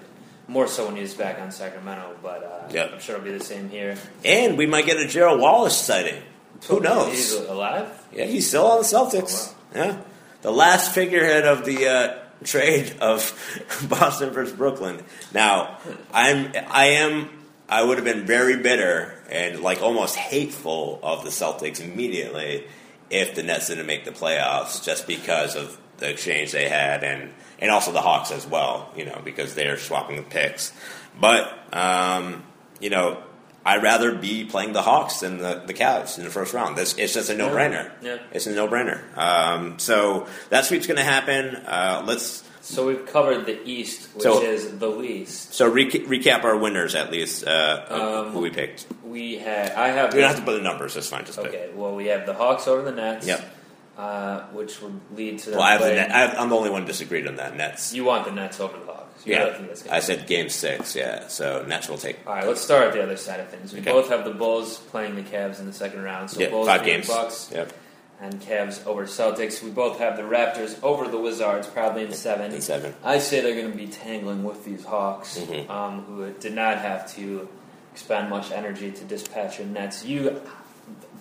C: more so when he was back on Sacramento, but uh,
B: Yep.
C: I'm sure it'll be the same here.
B: and we might get a Gerald Wallace sighting. Who
C: He's
B: knows?
C: alive.
B: Yeah, he's still on the Celtics. Yeah, the last figurehead of the uh, trade of Boston versus Brooklyn. Now, I'm I am I would have been very bitter and like almost hateful of the Celtics immediately if the Nets didn't make the playoffs just because of the exchange they had and and also the Hawks as well, you know, because they're swapping the picks. But um, you know, I'd rather be playing the Hawks than the, the Cavs in the first round. This it's just a no brainer.
C: Yeah.
B: It's a no brainer. Um, so that sweep's going to happen. Uh, let's
C: So we've covered the East, which
B: So-
C: is the least.
B: so re- recap our winners at least. Uh,
C: Um,
B: who we picked?
C: We had I have
B: We don't have to put the numbers. That's fine. Just pick.
C: okay. Well, we have the Hawks over the Nets.
B: Yep.
C: Uh, which would lead to them
B: Well, I have the
C: playing-
B: net, I have, I'm the only one who disagreed on that. Nets.
C: You want the Nets over the Hawks. You both
B: Yeah,
C: in this game.
B: I said game six. Yeah, so Nets will take.
C: All right, let's start at the other side of things. We
B: Okay.
C: both have the Bulls playing the Cavs in the second round, so
B: Yeah,
C: Bulls
B: five
C: over the
B: games.
C: Bucks
B: Yep,
C: and Cavs over Celtics. We both have the Raptors over the Wizards, probably in seven.
B: in seven.
C: I say they're going to be tangling with these Hawks,
B: Mhm.
C: um, who did not have to expend much energy to dispatch your Nets. You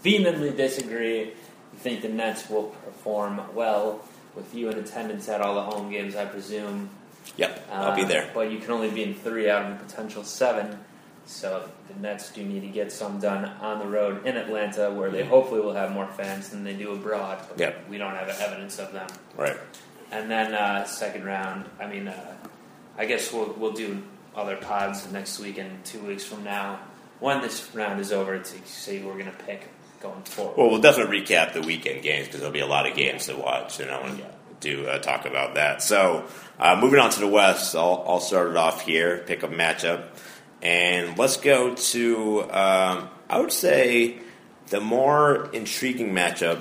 C: vehemently disagree. You think the Nets will perform well with you in attendance at all the home games, I presume.
B: Yep, I'll be
C: Uh,
B: there.
C: But you can only be in three out of a potential seven. So the Nets do need to get some done on the road in Atlanta, where they
B: Mhm.
C: hopefully will have more fans than they do abroad. But
B: Yep.
C: we don't have evidence of them.
B: Right.
C: And then uh, second round, I mean, uh, I guess we'll we'll do other pods next week and two weeks from now when this round is over to see who we're gonna pick going forward.
B: Well, we'll definitely recap the weekend games because there'll be a lot of games to watch, and I want to
C: Yeah.
B: do uh, talk about that. So, uh, moving on to the West, I'll, I'll start it off here, pick a matchup, and let's go to um, I would say the more intriguing matchup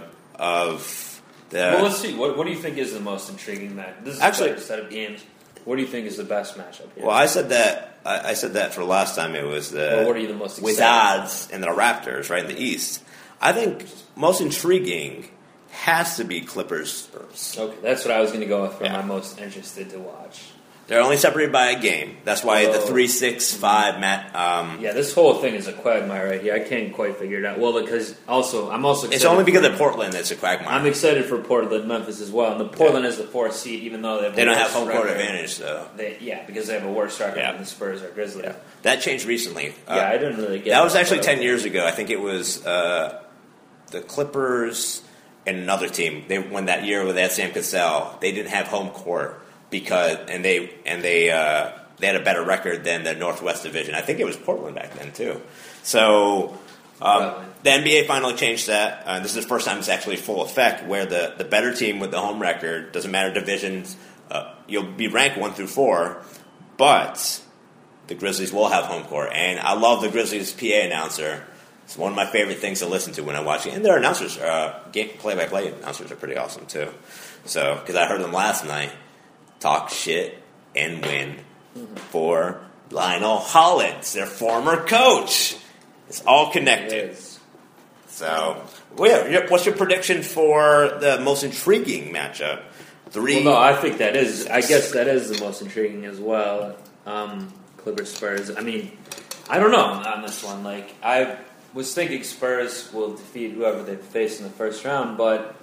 B: of the.
C: Well, let's see. What, what do you think is the most intriguing match? This is
B: uh, Actually-
C: quite a set of games. What do you think is the best matchup? Here?
B: Well, I said that I, I said that for last time. It was the
C: Well, what are you the most excited about?
B: Wizards and the Raptors, right in the East. I think most intriguing has to be Clippers Spurs.
C: Okay, that's what I was going to go with for
B: Yeah.
C: my most interested to watch.
B: They're only separated by a game. That's why the
C: Oh.
B: three six five mat. Um,
C: Yeah, this whole thing is a quagmire right here. I can't quite figure it out. Well, because also I'm also excited
B: it's only because
C: for,
B: of Portland that's a quagmire.
C: I'm excited for Portland, Memphis as well. And the Portland is the fourth seed, even though they have
B: they
C: a
B: don't
C: worse
B: have home court
C: record.
B: advantage though.
C: They, yeah, because they have a worse record
B: Yeah.
C: than the Spurs or Grizzlies.
B: Yeah.
C: Yeah,
B: That changed recently. Uh,
C: I didn't really get
B: that was actually
C: but-
B: ten years ago. I think it was uh, the Clippers and another team. They won that year with that Sam Cassell. They didn't have home court because and they and they uh, they had a better record than the Northwest Division. I think it was Portland back then too. So Um,
C: Probably.
B: the NBA finally changed that. Uh, this is the first time it's actually full effect, where the, the better team with the home record doesn't matter divisions. Uh, you'll be ranked one through four, but the Grizzlies will have home court. And I love the Grizzlies PA announcer. It's one of my favorite things to listen to when I watch it. And their announcers, uh, game play by play announcers, are pretty awesome too. So because I heard them last night talk shit and win for Lionel Hollins, their former coach. It's all
C: It
B: connected.
C: is.
B: So, well, yeah, your- what's your prediction for the most intriguing matchup? Three.
C: Well, no, I think that is. I guess that is the most intriguing as well. Um, Clippers Spurs. I mean, I don't know on this one. Like I was thinking, Spurs will defeat whoever they face in the first round, but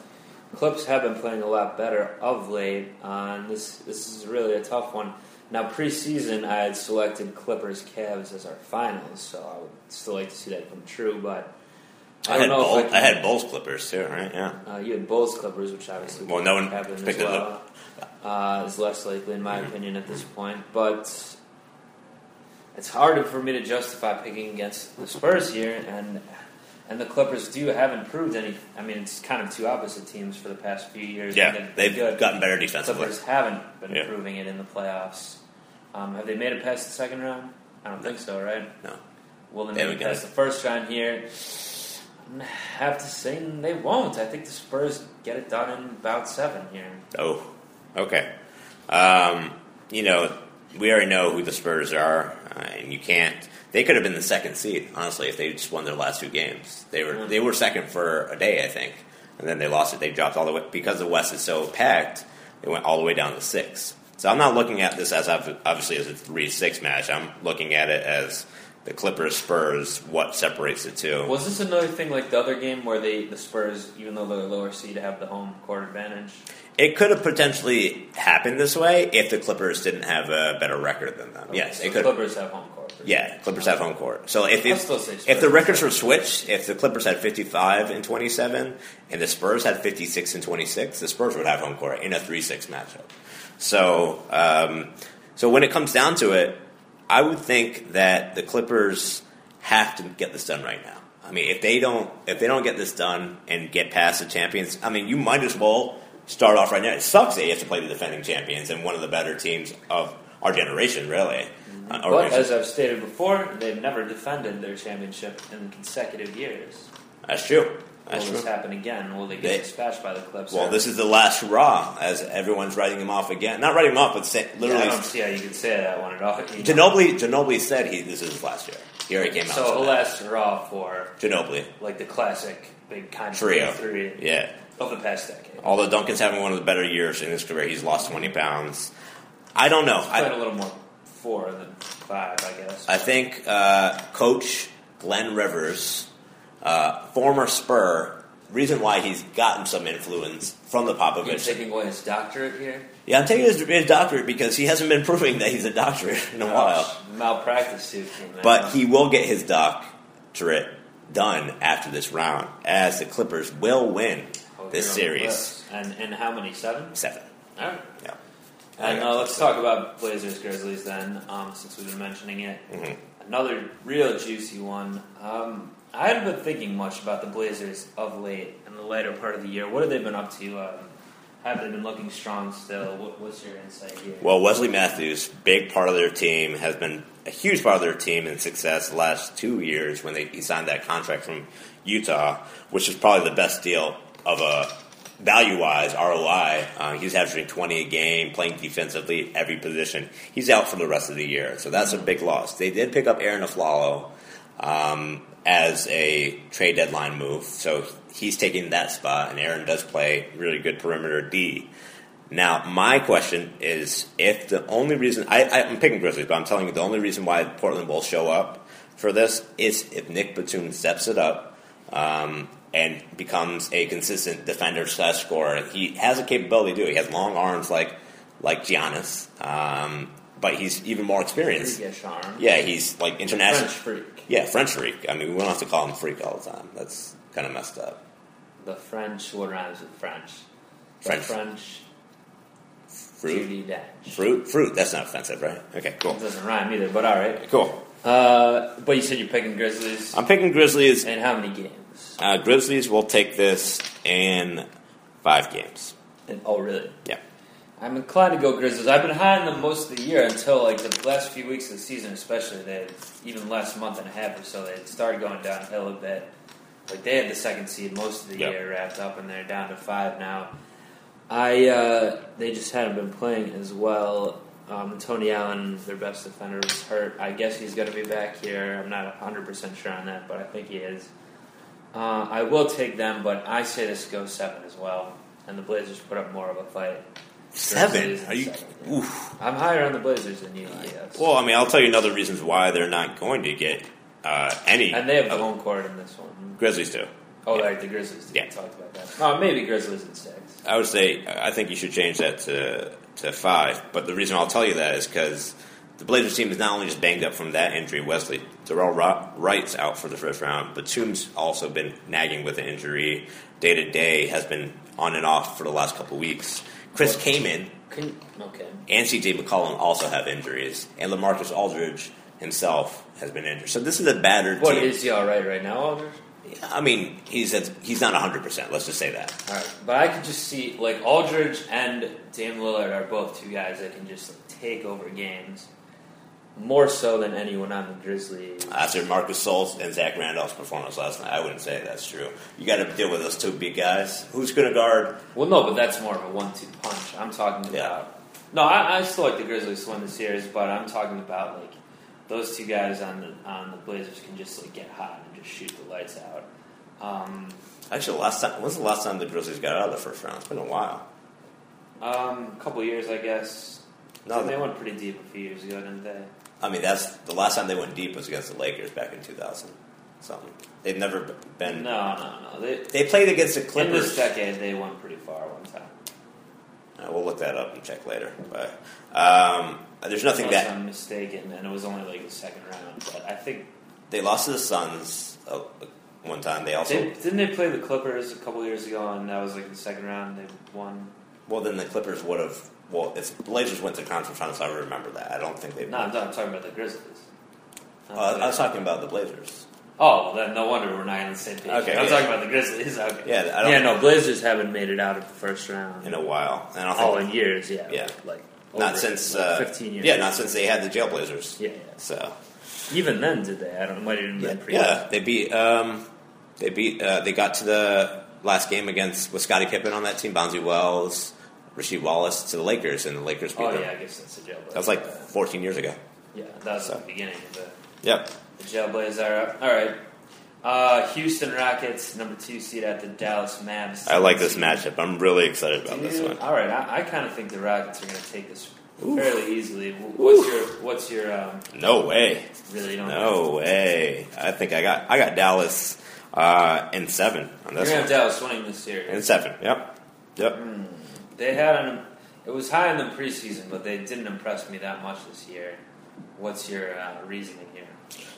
C: Clips have been playing a lot better of late. Uh, and this this is really a tough one. Now preseason, I had selected Clippers Cavs as our finals, so I would still like to see that come true. But I,
B: I
C: don't
B: had
C: know.
B: Bulls,
C: if
B: I
C: I,
B: had Bulls Clippers too, right? Yeah.
C: can- uh, you had Bulls Clippers, which obviously
B: Well, no one
C: happened as
B: picked it Mm-hmm.
C: well. Uh, is less likely, in my opinion, at this point. But it's hard for me to justify picking against the Spurs here, and and the Clippers do haven't proved any. I mean, it's kind of two opposite teams for the past few years.
B: Yeah,
C: been
B: they've gotten better defensively.
C: Clippers haven't been
B: Yeah.
C: proving it in the playoffs. Um, have they made it past the second round? I don't think so, right?
B: No.
C: Will they
B: They
C: make it
B: haven't
C: past the first round here? I have to say they won't. I think the Spurs get it done in about seven here.
B: Oh, okay. Um, you know, we already know who the Spurs are, uh, and you can't. They could have been the second seed, honestly, if they just won their last two games. They were they were second for a day, I think, and then they lost it. They dropped all the way because the West is so packed. They went all the way down to six. So I'm not looking at this as ob- obviously as a three six match. I'm looking at it as the Clippers Spurs. What separates the two?
C: Was this another thing like the other game where they the Spurs, even though they're lower seed, have the home court advantage?
B: It could have potentially happened this way if the Clippers didn't have a better record than them. Yes,
C: so
B: it
C: the
B: could.
C: Clippers have home court.
D: Clippers.
B: Yeah, Clippers have home court. So if
C: I'll
B: if,
C: still say
B: if the
C: Spurs.
B: records were switched, if the Clippers had 55 and 27 and the Spurs had 56 and 26, the Spurs would have home court in a 3-6 matchup. So um, so when it comes down to it, I would think that the Clippers have to get this done right now. I mean, if they don't if they don't get this done and get past the champions, I mean, you might as well start off right now. It sucks that you have to play the defending champions and one of the better teams of our generation, really. Uh, or
C: Mm-hmm. But as I've stated before, they've never defended their championship in consecutive years.
B: That's true.
C: Will
B: That's
C: this
B: true.
C: happen again? Will they get
B: They-
C: dispatched by the Clips?
B: Well, this is the last hurrah as everyone's writing him off again. Not writing him off, but say,
C: Yeah, I
B: literally.
C: don't see how you could say that one at all. you know.
B: Ginobili, Ginobili said he this is his last year. He already came out.
C: So
B: and
C: the
B: said
C: last hurrah for
B: that. Ginobili
C: like the classic big kind of
B: trio.
C: three
B: Yeah.
C: of the past decade.
B: Although Duncan's having one of the better years in his career, he's lost twenty pounds. I don't know.
C: I, played a
B: I,
C: little more four than five, I guess.
B: I think uh, Coach Glenn Rivers, uh, former Spur, reason why he's gotten some influence from the
C: You're
B: Popovich
C: taking away his doctorate here.
B: Yeah, I'm taking his, his doctorate because he hasn't been proving that he's a doctorate in a while.
C: Ouch. malpractice suit. came out.
B: But he will get his doctorate done after this round, as the Clippers will win this
C: Oh, you're on the
B: series.
C: Clips. And and how many seven?
B: Seven.
C: All right.
B: Yeah.
C: And uh, let's talk about Blazers Grizzlies then, um, since we've been mentioning it.
B: Mm-hmm.
C: Another real juicy one. Um, I haven't been thinking much about the Blazers of late in the later part of the year. What have they been up to? Um, have they been looking strong still? What, what's your insight here?
B: Well, Wesley Matthews, big part of their team, has been a huge part of their team and success the last two years when they, he signed that contract from Utah, which is probably the best deal of a value wise ROI. Uh, he's averaging 20 a game, playing defensively at every position. He's out for the rest of the year, so that's a big loss. They did pick up Aaron Aflalo um, as a trade deadline move, so he's taking that spot, and Aaron does play really good perimeter D. Now, my question is if the only reason I, I, I'm picking Grizzlies, but I'm telling you the only reason why Portland will show up for this is if Nick Batum steps it up um, and becomes a consistent defender slash scorer. He has a capability to do it. He has long arms like like Giannis, um, but he's even more experienced.
C: Freakish arm.
B: Yeah, he's like international.
C: French freak.
B: Yeah, French freak. I mean, we don't have to call him freak all the time. That's kind of messed up.
C: The French, what rhymes with French? The
B: French.
C: French
B: Fruit,
C: Judy Dench.
B: fruit, fruit. That's not offensive, right? Okay, cool,
C: It doesn't rhyme either, but all right.
B: cool.
C: Uh, but you said you're picking Grizzlies.
B: I'm picking Grizzlies.
C: and how many games?
B: Uh, Grizzlies will take this in five games.
C: And, oh, really?
B: Yeah.
C: I'm inclined to go Grizzlies. I've been high on them most of the year until like the last few weeks of the season, especially. They even last month and a half or so, they had started going downhill a bit. Like they had the second seed most of the
B: Yep.
C: year wrapped up, and they're down to five now. I uh, they just haven't been playing as well. Um, Tony Allen, their best defender, was hurt. I guess he's going to be back here. I'm not 100 percent sure on that, but I think he is. Uh, I will take them, but I say this goes seven as well, and the Blazers put up more of a fight.
B: Seven?
C: Grizzlies
B: Are you?
C: seven.
B: Oof.
C: I'm higher on the Blazers than you, I guess.
B: Well, I mean, I'll tell you another reasons why they're not going to get uh, any.
C: and they have the
B: of-
C: home court in this one.
B: Grizzlies do.
C: Oh,
B: Yeah.
C: right, the Grizzlies. Yeah.
B: Yeah.
C: We talked about that. Uh, maybe Grizzlies and six.
B: I would say I think you should change that to to five. But the reason I'll tell you that is because the Blazers team is not only just banged up from that injury. Wesley Darrell Ro- Wright's out for the first round. Batum's also been nagging with an injury. Day to day has been on and off for the last couple weeks. Chris Kaman
C: Can, okay.
B: and CJ McCollum also have injuries, and LaMarcus Aldridge himself has been injured. So this is a battered
C: What
B: team.
C: is he all right right now, Aldridge?
B: I mean, he's at, he's not hundred percent. Let's just say that.
C: All right, but I could just see like Aldridge and Dame Lillard are both two guys that can just like, take over games more so than anyone on the Grizzlies.
B: After Marcus Solz and Zach Randolph's performance last night, I wouldn't say that's true. You got to deal with those two big guys. Who's going to guard?
C: Well, no, but that's more of a one-two punch. I'm talking
B: Yeah.
C: about. No, I, I still like the Grizzlies to win the series, but I'm talking about like those two guys on the on the Blazers can just like get hot and just shoot the lights out. Um,
B: Actually, last time when's the last time the Grizzlies got out of the first round? It's been a while.
C: um, a couple years, I guess.
B: No,
C: they
B: the-
C: went pretty deep a few years ago, didn't they?
B: I mean, that's the last time they went deep was against the Lakers back in two thousand something. They've never b- been.
C: No, no, no. They,
B: They played against the
C: in this
B: Clippers.
C: decade, they went pretty far one time.
B: Uh, we'll look that up and check later. But um, there's nothing
C: unless
B: that
C: I'm mistaken, and it was only like the second round. But I think
B: they lost to the Suns uh, one time. They also
C: they, didn't they play the Clippers a couple years ago, and that was like the second round. They won.
B: well then the Clippers would have. Well, if the Blazers went to conference finals, I remember that. I don't think they.
C: No, I'm, not- I'm talking about the Grizzlies. Not
B: Uh,
C: the-
B: I was talking about the Blazers.
C: Oh, well, then no wonder we're not on the same page.
B: Okay,
C: I'm
B: yeah.
C: talking about the Grizzlies. Okay.
B: Yeah, I don't-
C: yeah, no, Blazers haven't made it out of the first round.
B: in a while. And I don't think
C: oh, in years, yeah.
B: Yeah.
C: Like
B: not
C: over-
B: since
C: like
B: uh,
C: 15 years.
B: Yeah, not since they had the Jailblazers.
C: Yeah, yeah.
B: So
C: Even then, did they? I don't. Might even been pre.
B: yeah, they beat um, they beat uh, they got to the last game against with Scottie Pippen on that team, Bonzi Wells, Rasheed Wallace to the Lakers, and the Lakers beat
C: Oh
B: them.
C: yeah, I guess that's a jailblazer.
B: That was like 14 years ago.
C: yeah, that was
B: so.
C: the beginning of the.
B: Yep.
C: The Jailblazers are up. All right. Uh, Houston Rockets, number two seed at the Dallas Mavs.
B: I like this matchup. I'm really excited about this
C: Dude,
B: one.
C: All right, I, I kind of think the Rockets are going to take this fairly easily. Wh- What's your what's your um,
B: No way.
C: really don't
B: No way. I think I got I got Dallas uh, in seven on this
C: You're going to have
B: one.
C: Dallas winning this series.
B: In seven. Yep. Yep.
C: They had an it was high in the preseason, but they didn't impress me that much this year. What's your uh, reasoning here?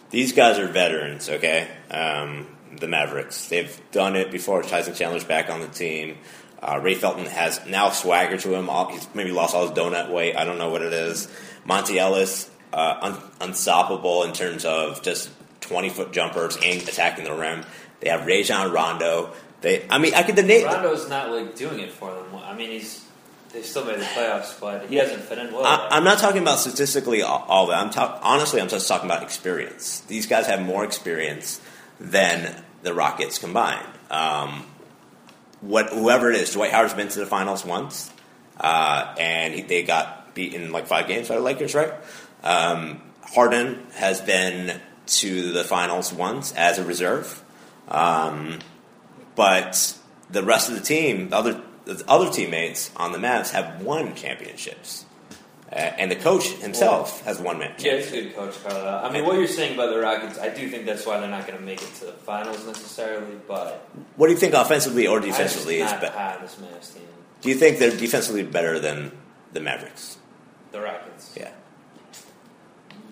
B: These guys are veterans, okay? Um, the Mavericks. They've done it before. Tyson Chandler's back on the team. Uh, Ray Felton has now swagger to him. All, he's maybe lost all his donut weight. I don't know what it is. Monty Ellis, uh, un- unstoppable in terms of just 20 foot jumpers and attacking the rim. They have Rajon Rondo. They, I mean, I could the name.
C: Rondo's not like doing it for them. I mean, he's they still made the playoffs, but he hasn't fit in well.
B: I, I'm not talking about statistically all, all that. I'm talk, honestly, I'm just talking about experience. These guys have more experience than the Rockets combined. Um, what whoever it is, Dwight Howard's been to the finals once, uh, and he, they got beaten like five games by the Lakers, right? Um, Harden has been to the finals once as a reserve, um, but the rest of the team, the other the other teammates on the Mavs have won championships. Uh, and the coach himself has one man.
C: Yeah, it's a good coach, Carlisle. I mean, what you're saying about the Rockets, I do think that's why they're not going to make it to the finals necessarily, but
B: What do you think offensively or
C: I'm
B: defensively is
C: just not
B: better?
C: high on this Mavs team.
B: Do you think they're defensively better than the Mavericks?
C: The Rockets.
B: Yeah.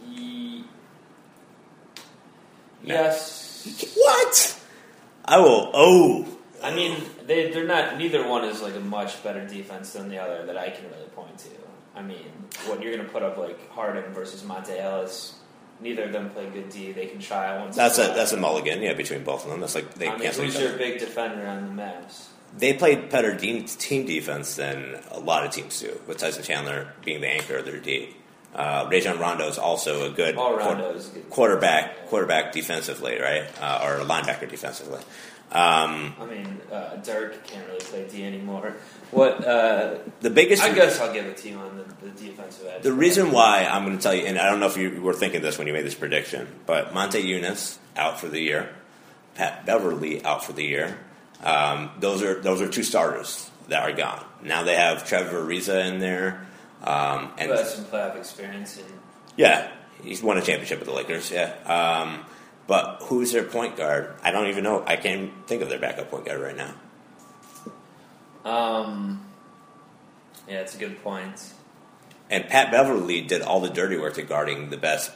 C: Ye- Yes.
B: What? I will. Oh,
C: I mean, they, they're not, neither one is like a much better defense than the other that I can really point to. I mean, when you're going to put up like Harden versus Monte Ellis, neither of them play good D. They can try once. in
B: that's a
C: while.
B: that's a mulligan. Yeah, between both of them, that's like they
C: I mean,
B: cancel each
C: who's
B: other.
C: your big defender on the Mavs?
B: They played better de- team defense than a lot of teams do, with Tyson Chandler being the anchor of their D. Uh, Rajon Rondo is also a good
C: All
B: quar-
C: Rondo is a good.
B: quarterback quarterback defensively, right? Uh, or linebacker defensively. Um,
C: I mean, uh, Dirk can't really play D anymore. What? Uh,
B: the biggest
C: I guess I'll give it to you on the, the defensive edge.
B: The reason why I'm going to tell you, and I don't know if you were thinking this when you made this prediction, but Monte Eunice out for the year, Pat Beverly out for the year. Um, those are those are two starters that are gone. Now they have Trevor Ariza in there, um,
C: who
B: and
C: has some playoff experience and
B: yeah, he's won a championship with the Lakers. Yeah, um, but who's their point guard? I don't even know. I can't even think of their backup point guard right now.
C: um, yeah, it's a good point.
B: And Pat Beverly did all the dirty work to guarding the best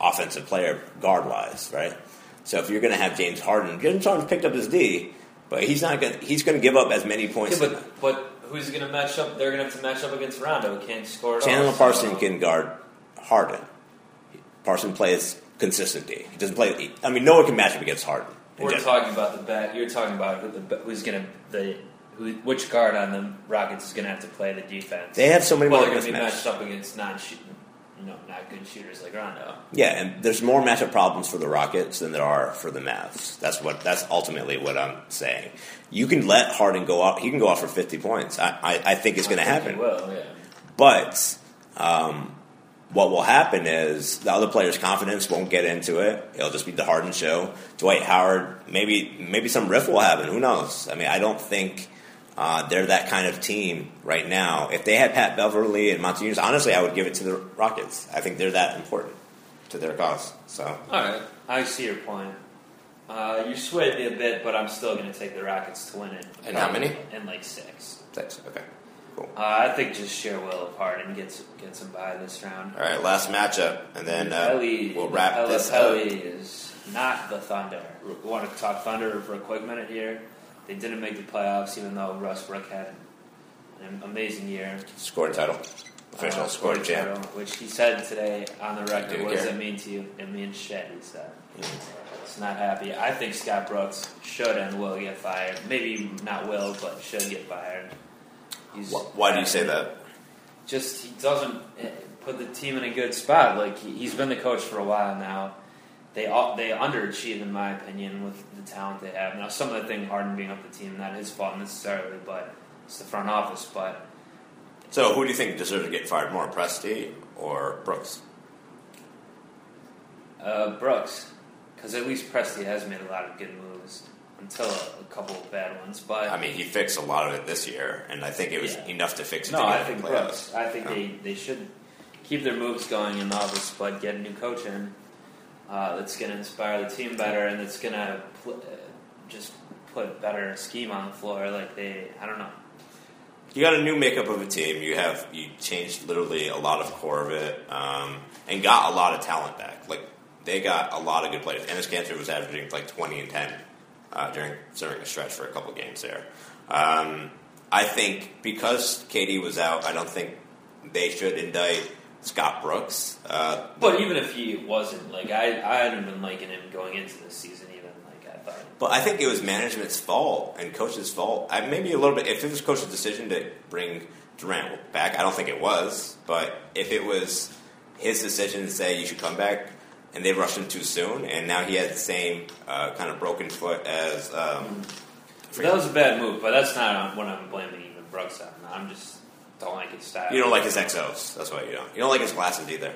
B: offensive player guard wise, right? So if you're going to have James Harden, James Harden picked up his D, but he's not going. to He's going to give up as many
C: Yeah,
B: points.
C: but but who's going to match up? They're going to have to match up against Rondo. Who Can't score. At
B: Chandler
C: all, so-
B: Parson can guard Harden. Parson plays consistent D. He doesn't play. I mean, no one can match up against Harden. in
C: We're
B: general.
C: talking about the back. You're talking about who the, who's going to the who, which guard on the Rockets is going to have to play the defense.
B: They have so many
C: well,
B: more
C: they're going to be
B: mismatches.
C: matched up against non-shooting, you know, not good shooters like Rondo.
B: Yeah, and there's more matchup problems for the Rockets than there are for the Mavs. That's what that's ultimately what I'm saying. You can let Harden go out; he can go out for 50 points. I, I, I think it's going to
C: I think he
B: happen.
C: Will yeah.
B: But um, what will happen is the other player's confidence won't get into it. It'll just be the Harden show. Dwight Howard, maybe maybe some riff will happen. Who knows? I mean, I don't think uh, they're that kind of team right now. If they had Pat Beverly and Monty Eunice, honestly, I would give it to the Rockets. I think they're that important to their cause. So
C: All right, I see your point. Uh, you swayed me a bit, but I'm still going to take the Rockets to win it.
B: And how many?
C: In like six.
B: thanks. Okay. Cool.
C: Uh, I think just share Will apart and gets gets him by this round.
B: All right, last matchup, and then uh,
C: Pelly,
B: we'll wrap
C: Pelly,
B: this up.
C: Pelly is not the Thunder. We want to talk Thunder for a quick minute here. They didn't make the playoffs, even though Russ Brook had an amazing year.
B: Score title, official
C: Uh,
B: score
C: scored
B: champ.
C: title, Which he said today on the record.
B: do
C: What does
B: care.
C: that mean to you? It means shit, he said.
B: Yeah.
C: It's not happy. I think Scott Brooks should and will get fired. Maybe not will, but should get fired. He's-
B: Wh- Why do you say that?
C: just he doesn't eh, put the team in a good spot. Like he, he's been the coach for a while now. They all, they underachieve, in my opinion, with the talent they have. Now, some of the thing Harden being up the team, not his fault necessarily, but it's the front office. But
B: So, who do you think deserves to get fired more, Presti or Brooks?
C: uh, Brooks, because at least Presti has made a lot of good moves until a, a couple of bad ones. But
B: I mean, he fixed a lot of it this year, and I think it was
C: Yeah.
B: enough to fix it.
C: No,
B: to get
C: I
B: in
C: think
B: the playoffs.
C: Brooks. I think they, they should keep their moves going in the office, but get a new coach in uh, that's going to inspire the team better and that's going to pl- uh, just put better scheme on the floor. Like they, I don't know.
B: You got a new makeup of a team. You have you changed literally a lot of core of it, um, and got a lot of talent back. Like they got a lot of good players. Ennis Cantor was averaging like twenty and ten uh, during during a stretch for a couple games there. Um, I think because Katie was out, I don't think they should indict Scott Brooks. Uh,
C: But even if he wasn't, like I, I hadn't been liking him going into this season. Even like I thought,
B: But I think it was management's fault and coach's fault. I, maybe a little bit. If it was coach's decision to bring Durant back, I don't think it was. But if it was his decision to say you should come back, and they rushed him too soon, and now he has the same uh, kind of broken foot as um,
C: that was a bad move. But that's not what I'm blaming even Brooks on. I'm just don't like his style.
B: you don't like his XOs. That's why you don't. You don't like his glasses either.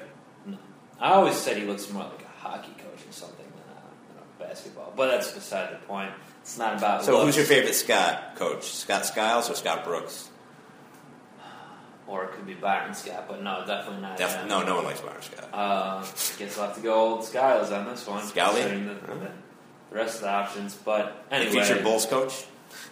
C: I always said he looks more like a hockey coach or something than a, than a basketball. But that's beside the point. It's not about
B: So
C: looks,
B: who's your favorite Scott coach? Scott Skiles or Scott Brooks?
C: or it could be Byron Scott. But no, definitely not.
B: Def-
C: him.
B: No, no one likes Byron Scott.
C: Uh, guess we'll have to go old Skiles on this one.
B: Scally?
C: considering The, the, the rest of the options, but anyway,
B: Future Bulls coach.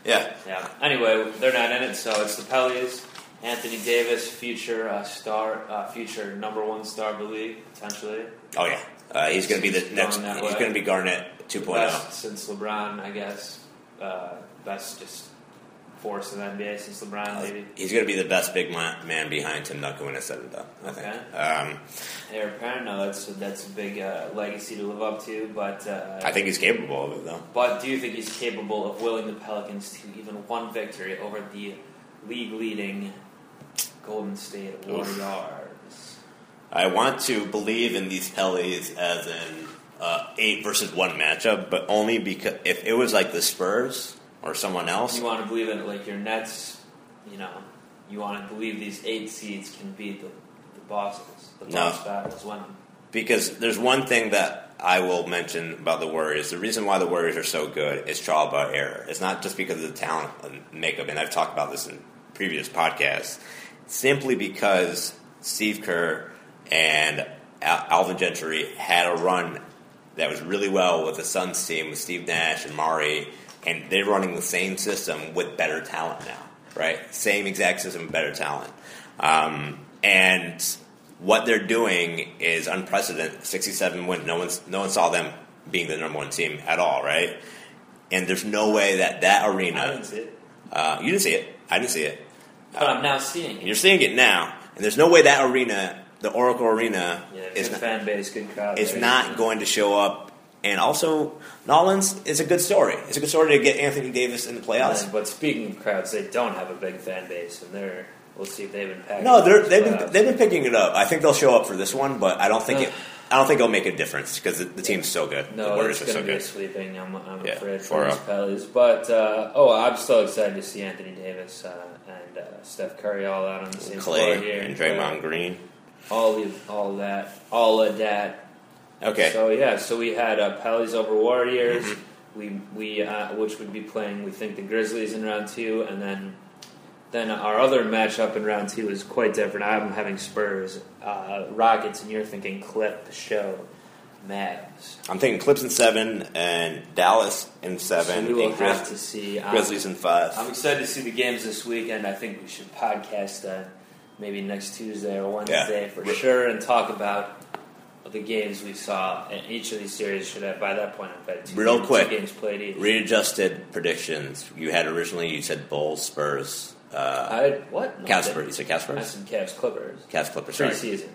B: Yeah.
C: Yeah. Anyway, they're not in it, so it's the Pellies. Anthony Davis, future uh, star, uh, future number one star of the league potentially.
B: Oh yeah. Uh, he's going to be the
C: Going
B: next.
C: that
B: He's
C: way.
B: going to be Garnett oh. 2.0.
C: best since LeBron, I guess. Uh, best just force in the NBA since
B: Uh,
C: LeBron, maybe.
B: He's going to be the best big ma- man behind Tim Duncan when it's said and done. I think.
C: Okay.
B: Um,
C: Heir apparent, no, that's that's a big uh, legacy to live up to. But uh,
B: I think he's capable of it though.
C: but do you think he's capable of willing the Pelicans to even one victory over the league leading Golden State Warriors?
B: I want to believe in these Pellies as an uh, eight versus one matchup, but only because if it was like the Spurs or someone else,
C: You want to believe it, like your Nets, you know. You want to believe these eight seeds can beat the the bosses, the
B: No.
C: boss battles, when
B: because there's one thing that I will mention about the Warriors. The reason why the Warriors are so good is trial by error. It's not just because of the talent and makeup, and I've talked about this in previous podcasts. Simply because Steve Kerr and Al- Alvin Gentry had a run that was really well with the Suns team with Steve Nash and Mari, and they're running the same system with better talent now, right? Same exact system, better talent. Um, and what they're doing is unprecedented. Sixty-seven wins. No one, no one saw them being the number one team at all, right? And there's no way that that
C: I didn't
B: arena.
C: see it.
B: Uh, you didn't see it. I didn't see it.
C: But I'm now seeing
B: And
C: it.
B: you're seeing it now. And there's no way that arena, the Oracle Arena,
C: Yeah,
B: is
C: good
B: not,
C: fan base, good crowd.
B: it's
C: there.
B: not going to show up. And also, Nollins is a good story. It's a good story to get Anthony Davis in the playoffs.
C: And- But speaking of crowds, they don't have a big fan base, and they're. We'll see if they've been packed.
B: No, they're,
C: in
B: they've
C: playoffs.
B: been they've been picking it up. I think they'll show up for this one, but I don't think it. I don't think it'll make a difference because the, the team's so good. the
C: No,
B: Warriors
C: it's
B: are
C: going to
B: so
C: be a
B: good.
C: sweeping. I'm, I'm
B: Yeah,
C: afraid for
B: four
C: these
B: up.
C: Pellies. But uh, oh, I'm so excited to see Anthony Davis uh, and uh, Steph Curry all out on the same floor
B: Clay
C: here.
B: and Draymond Green.
C: all of all of that, all of that.
B: Okay,
C: So yeah, so we had uh, Pallies over Warriors.
B: Mm-hmm.
C: We we uh, which would be playing we think the Grizzlies in round two, and then then our other matchup in round two is quite different. I'm having Spurs, uh, Rockets, and you're thinking Clip Show. Mavs.
B: I'm thinking Clips in seven and Dallas in seven.
C: So we will
B: and
C: have
B: Grizz-
C: to see. uh, I'm,
B: Grizzlies in five.
C: I'm excited to see the games this weekend. I think we should podcast them maybe next Tuesday or Wednesday for
B: Re-
C: sure and talk about the games we saw. And each of these series should have, by that point, have had two,
B: Real
C: two
B: quick.
C: games played each.
B: Readjusted predictions. You had originally you said Bulls, Spurs, uh,
C: I had what? No, I
B: Cavs.
C: didn't.
B: Spurs. You said Cavs,
C: I
B: Spurs,
C: said Cavs Clippers.
B: Cavs, Clippers. Sorry.
C: Preseason.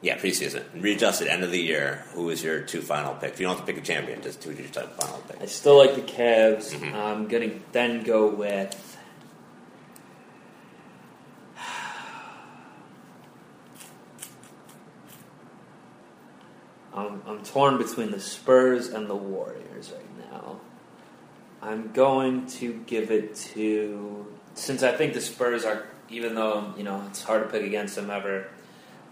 B: Yeah, preseason. Readjusted end of the year. Who is your two final picks? You don't have to pick a champion. Just who your type final
C: I
B: pick?
C: still like the Cavs.
B: Mhm.
C: I'm gonna then go with. I'm, I'm torn between the Spurs and the Warriors right now. I'm going to give it to since I think the Spurs are even though you know it's hard to pick against them ever.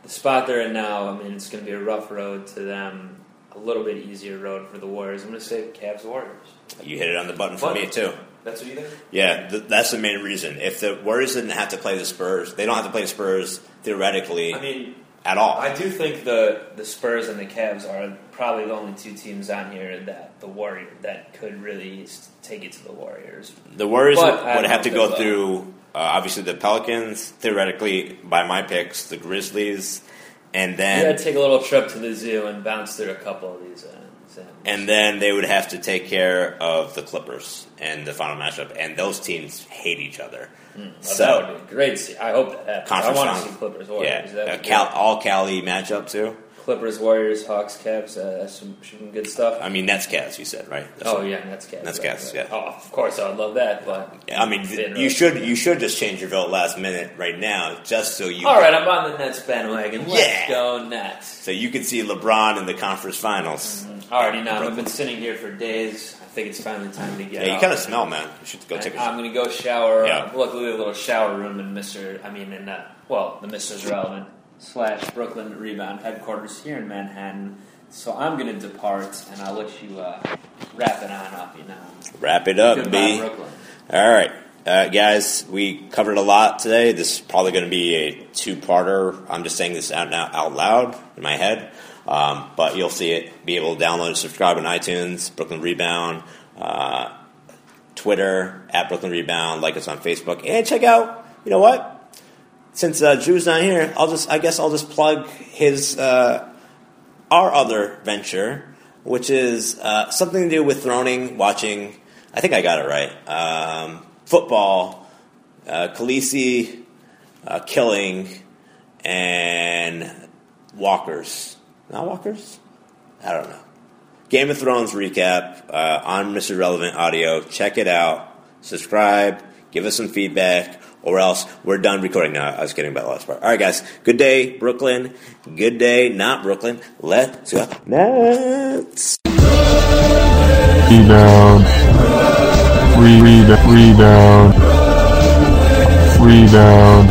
C: The spot they're in now, I mean, it's going to be a rough road to them. A little bit easier road for the Warriors. I'm going to say Cavs Warriors.
B: You hit it on the button for
C: What?
B: me too.
C: That's what you think?
B: Yeah, th- that's the main reason. If the Warriors didn't have to play the Spurs, they don't have to play the Spurs theoretically
C: I mean,
B: at all.
C: I do think the the Spurs and the Cavs are probably the only two teams on here that the Warrior that could really s- take it to the Warriors.
B: The Warriors
C: But
B: would,
C: I
B: would
C: don't
B: have to
C: think
B: go
C: so.
B: through uh, obviously the Pelicans, theoretically by my picks, the Grizzlies, and
C: You
B: then
C: got to take a little trip to the zoo and bounce through a couple of these. Uh, exams.
B: and then they would have to take care of the Clippers in the final matchup, and those teams hate each other.
C: Well, Oh, that
B: so
C: would be great. to see. I hope that happens.
B: Conference
C: I want
B: round.
C: to see Clippers
B: yeah,
C: Warriors. That
B: a
C: would be
B: Cal-
C: good.
B: all Cali matchup too.
C: Clippers Warriors Hawks Cavs. Uh, that's some, some good stuff.
B: I mean Nets Cavs, you said right? That's
C: oh yeah, Nets Cavs.
B: Nets,
C: right,
B: Cavs,
C: right.
B: yeah.
C: Oh, of course I would love that, but
B: I mean, th-
C: Didn't
B: you
C: really-
B: should you should just change your vote last minute right now, just so you
C: All right, I'm on the Nets bandwagon. Let's
B: Yeah.
C: go Nets.
B: so you can see LeBron in the conference finals.
C: Already now, I've been sitting here for days. I think it's finally time to get.
B: Yeah, you
C: up.
B: kind of smell, man. You should go take a
C: I'm gonna go shower.
B: Yeah.
C: Luckily, a little shower room in Mister. I mean, in uh, well, the Mister's relevant slash Brooklyn Rebound headquarters here in Manhattan. So I'm gonna depart, and I'll let you uh, wrap it on up. You know,
B: Wrap it up,
C: goodbye,
B: B.
C: Brooklyn.
B: All right, uh, guys, we covered a lot today. This is probably going to be a two-parter. I'm just saying this out now out loud in my head, um, but you'll see it. Be able to download, subscribe on iTunes, Brooklyn Rebound, uh, Twitter at Brooklyn Rebound, like us on Facebook, and check out. You know what? Since uh, Drew's not here, I'll just I guess I'll just plug his. Uh, our other venture, which is uh, something to do with throning, watching. I think I got it right. Um, football, uh, Khaleesi, uh, killing, and walkers. Not walkers. I don't know. Game of Thrones recap uh, on Mr. Relevant Audio. Check it out. Subscribe. Give us some feedback, or else we're done recording now. I was kidding about the last part. All right, guys. Good day, Brooklyn. Good day, not Brooklyn. Let's go Nets.
A: Rebound. Re- re- rebound. Rebound.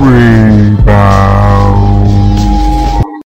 A: Rebound.